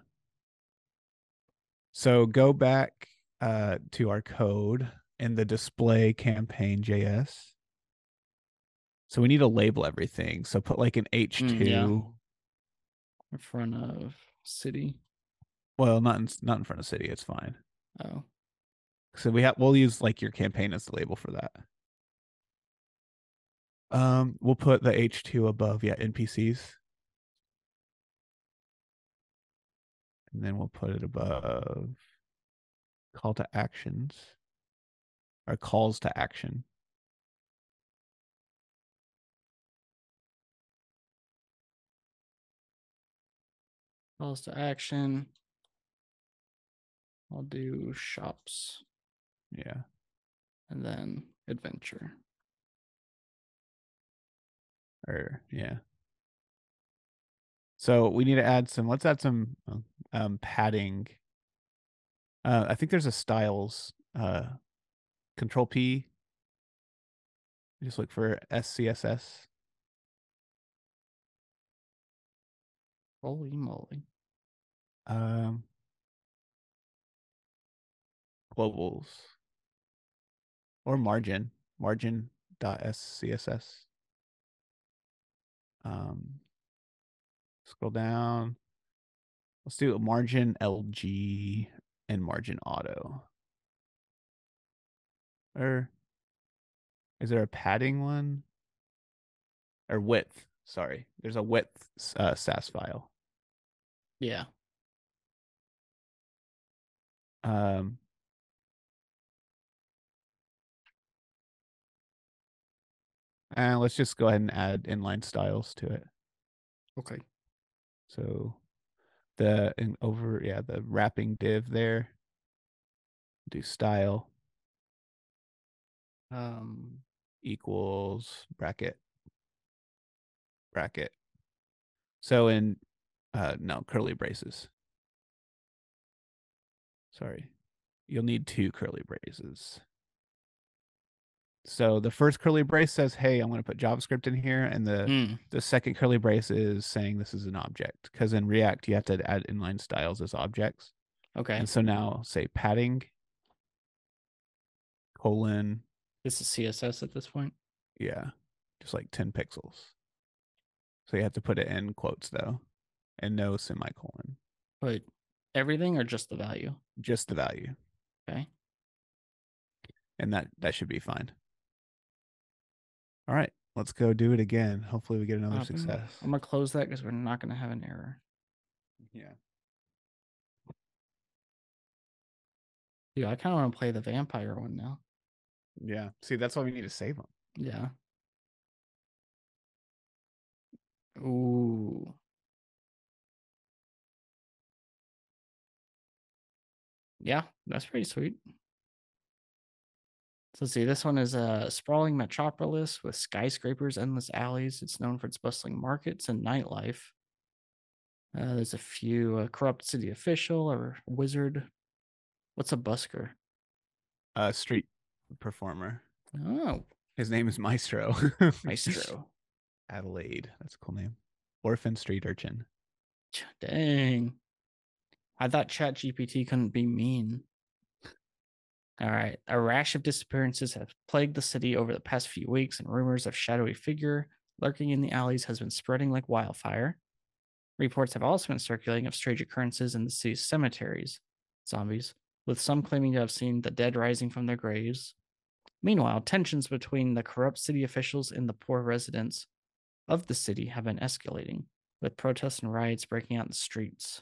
A: So go back uh, to our code in the display campaign JS. So we need to label everything. So put like an H2.
B: Mm, In front of city.
A: Well, not in, not in front of city. It's fine.
B: Oh.
A: So we have we'll use like your campaign as the label for that. Um, we'll put the H2 above, yeah, NPCs. And then we'll put it above call to actions or calls to action.
B: Calls to action. I'll do shops.
A: Yeah.
B: and then adventure.
A: Or yeah. So we need to add some. Let's add some um, padding. Uh, I think there's a styles. Uh, control P. Just look for SCSS.
B: Holy moly.
A: Um, globals or margin margin dot scss. Um, scroll down. Let's do a margin LG and margin auto. Or is there a padding one? Or width? Sorry, there's a width uh, SAS file.
B: Yeah.
A: Um, and Uh, let's just go ahead and add inline styles to it.
B: Okay.
A: So the and over, yeah, the wrapping div there. Do style
B: Um
A: equals bracket bracket. So in uh no curly braces. Sorry. You'll need two curly braces. So the first curly brace says, "Hey, I'm going to put JavaScript in here," and the
B: mm,
A: the second curly brace is saying this is an object because in React you have to add inline styles as objects.
B: okay.
A: And so now say padding colon
B: This is CSS at this point.
A: yeah, just like 10 pixels. So you have to put it in quotes though, and no semicolon,
B: Wait, everything or just the value?
A: just the value.
B: Okay.
A: And that that should be fine. All right, let's go do it again. Hopefully we get another
B: Uh, I'm gonna-
A: success.
B: I'm gonna close that because we're not gonna have an error.
A: yeah.
B: Dude, I kind of want to play the vampire one now.
A: Yeah. See, that's why we need to save them.
B: Yeah. Ooh. Yeah, that's pretty sweet. So let's see, this one is a sprawling metropolis with skyscrapers, endless alleys. It's known for its bustling markets and nightlife. Uh, there's a few a corrupt city official or wizard. What's a busker?
A: Uh street performer.
B: Oh,
A: His name is Maestro.
B: maestro.
A: Adelaide. That's a cool name. Orphan street urchin.
B: Ch- Dang. I thought ChatGPT couldn't be mean. All right. A rash of disappearances have plagued the city over the past few weeks, and rumors of shadowy figure lurking in the alleys has been spreading like wildfire. Reports have also been circulating of strange occurrences in the city's cemeteries, zombies, with some claiming to have seen the dead rising from their graves. Meanwhile, tensions between the corrupt city officials and the poor residents of the city have been escalating with protests and riots breaking out in the streets.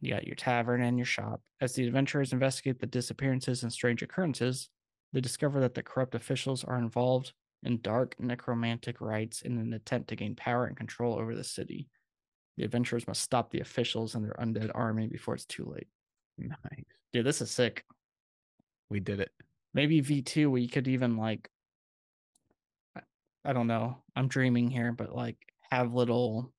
B: You got your tavern and your shop. As the adventurers investigate the disappearances and strange occurrences, they discover that the corrupt officials are involved in dark necromantic rites in an attempt to gain power and control over the city. The adventurers must stop the officials and their undead army before it's too late.
A: Nice.
B: Dude, this is sick.
A: We did it.
B: Maybe V2, we could even like, I- I don't know. I'm dreaming here, but like have little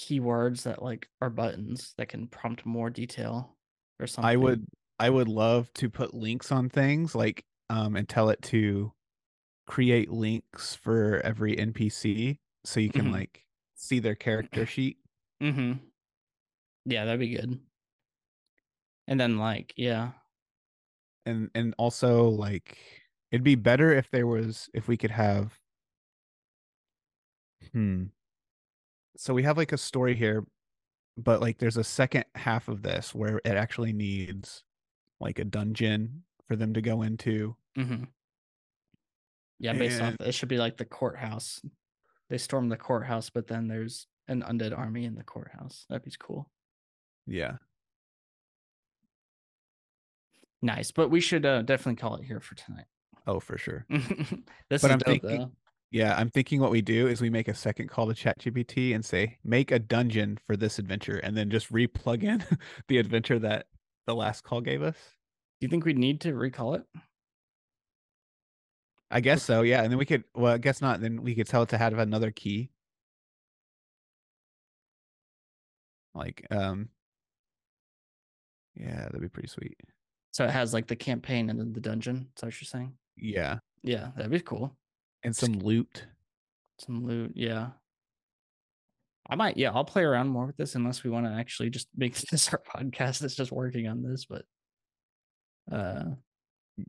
B: keywords that like are buttons that can prompt more detail or something.
A: I would I would love to put links on things like um and tell it to create links for every NPC so you can
B: Mhm.
A: like see their character sheet.
B: Mm-hmm. Yeah, that'd be good. And then like, yeah.
A: And and also like it'd be better if there was if we could have hmm. So we have like a story here, but like there's a second half of this where it actually needs like a dungeon for them to go into.
B: Mm-hmm. Yeah, based
A: And-
B: off it should be like the courthouse. They storm the courthouse, but then there's an undead army in the courthouse. That'd be cool.
A: Yeah.
B: Nice, but we should uh, definitely call it here for tonight.
A: Oh, for sure.
B: this
A: But
B: is
A: I'm
B: dope,
A: thinking-
B: though.
A: Yeah, I'm thinking what we do is we make a second call to ChatGPT and say, make a dungeon for this adventure, and then just re plug in the adventure that the last call gave us?
B: you think we'd need to recall it?
A: I guess so. Yeah, and then we could. Well, I guess not. Then we could tell it to have another key. Like, um, yeah, that'd be pretty sweet.
B: So it has like the campaign and then the dungeon. Is that what you're saying?
A: Yeah,
B: Yeah, that'd be cool.
A: and some loot.
B: Some loot. Yeah. I might, yeah, I'll play around more with this unless we want to actually just make this our podcast that's just working on this, but uh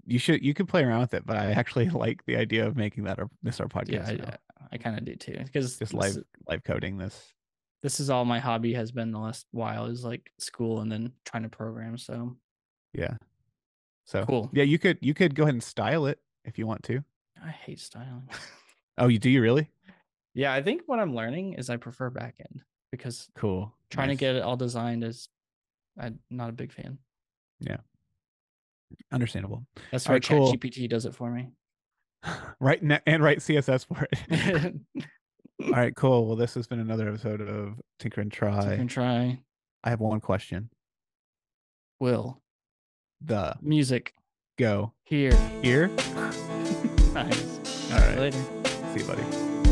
A: You should. You could play around with it, but I actually like the idea of making that our this our podcast.
B: yeah, I, uh,
A: now.
B: I, kind of do too. Because
A: just live live coding this.
B: this is all my hobby has been the last while is like school and then trying to program. So
A: Yeah. So
B: Cool.
A: Yeah, you could you could go ahead and style it if you want to.
B: I hate styling.
A: Oh, you do you really?
B: yeah, I think what I'm learning is I prefer backend because
A: Cool.
B: trying
A: Nice.
B: to get it all designed is I'm not a big fan.
A: understandable.
B: That's why
A: Alright, cool.
B: ChatGPT does it for me.
A: right ne- and write CSS for it.
B: so
A: All right, cool. Well, this has been another episode of Tinker and
B: I
A: Try.
B: can try.
A: I have one question.
B: Will
A: The
B: music
A: go
B: here?
A: here.
B: Nice.
A: All right.
B: Later.
A: See you, buddy.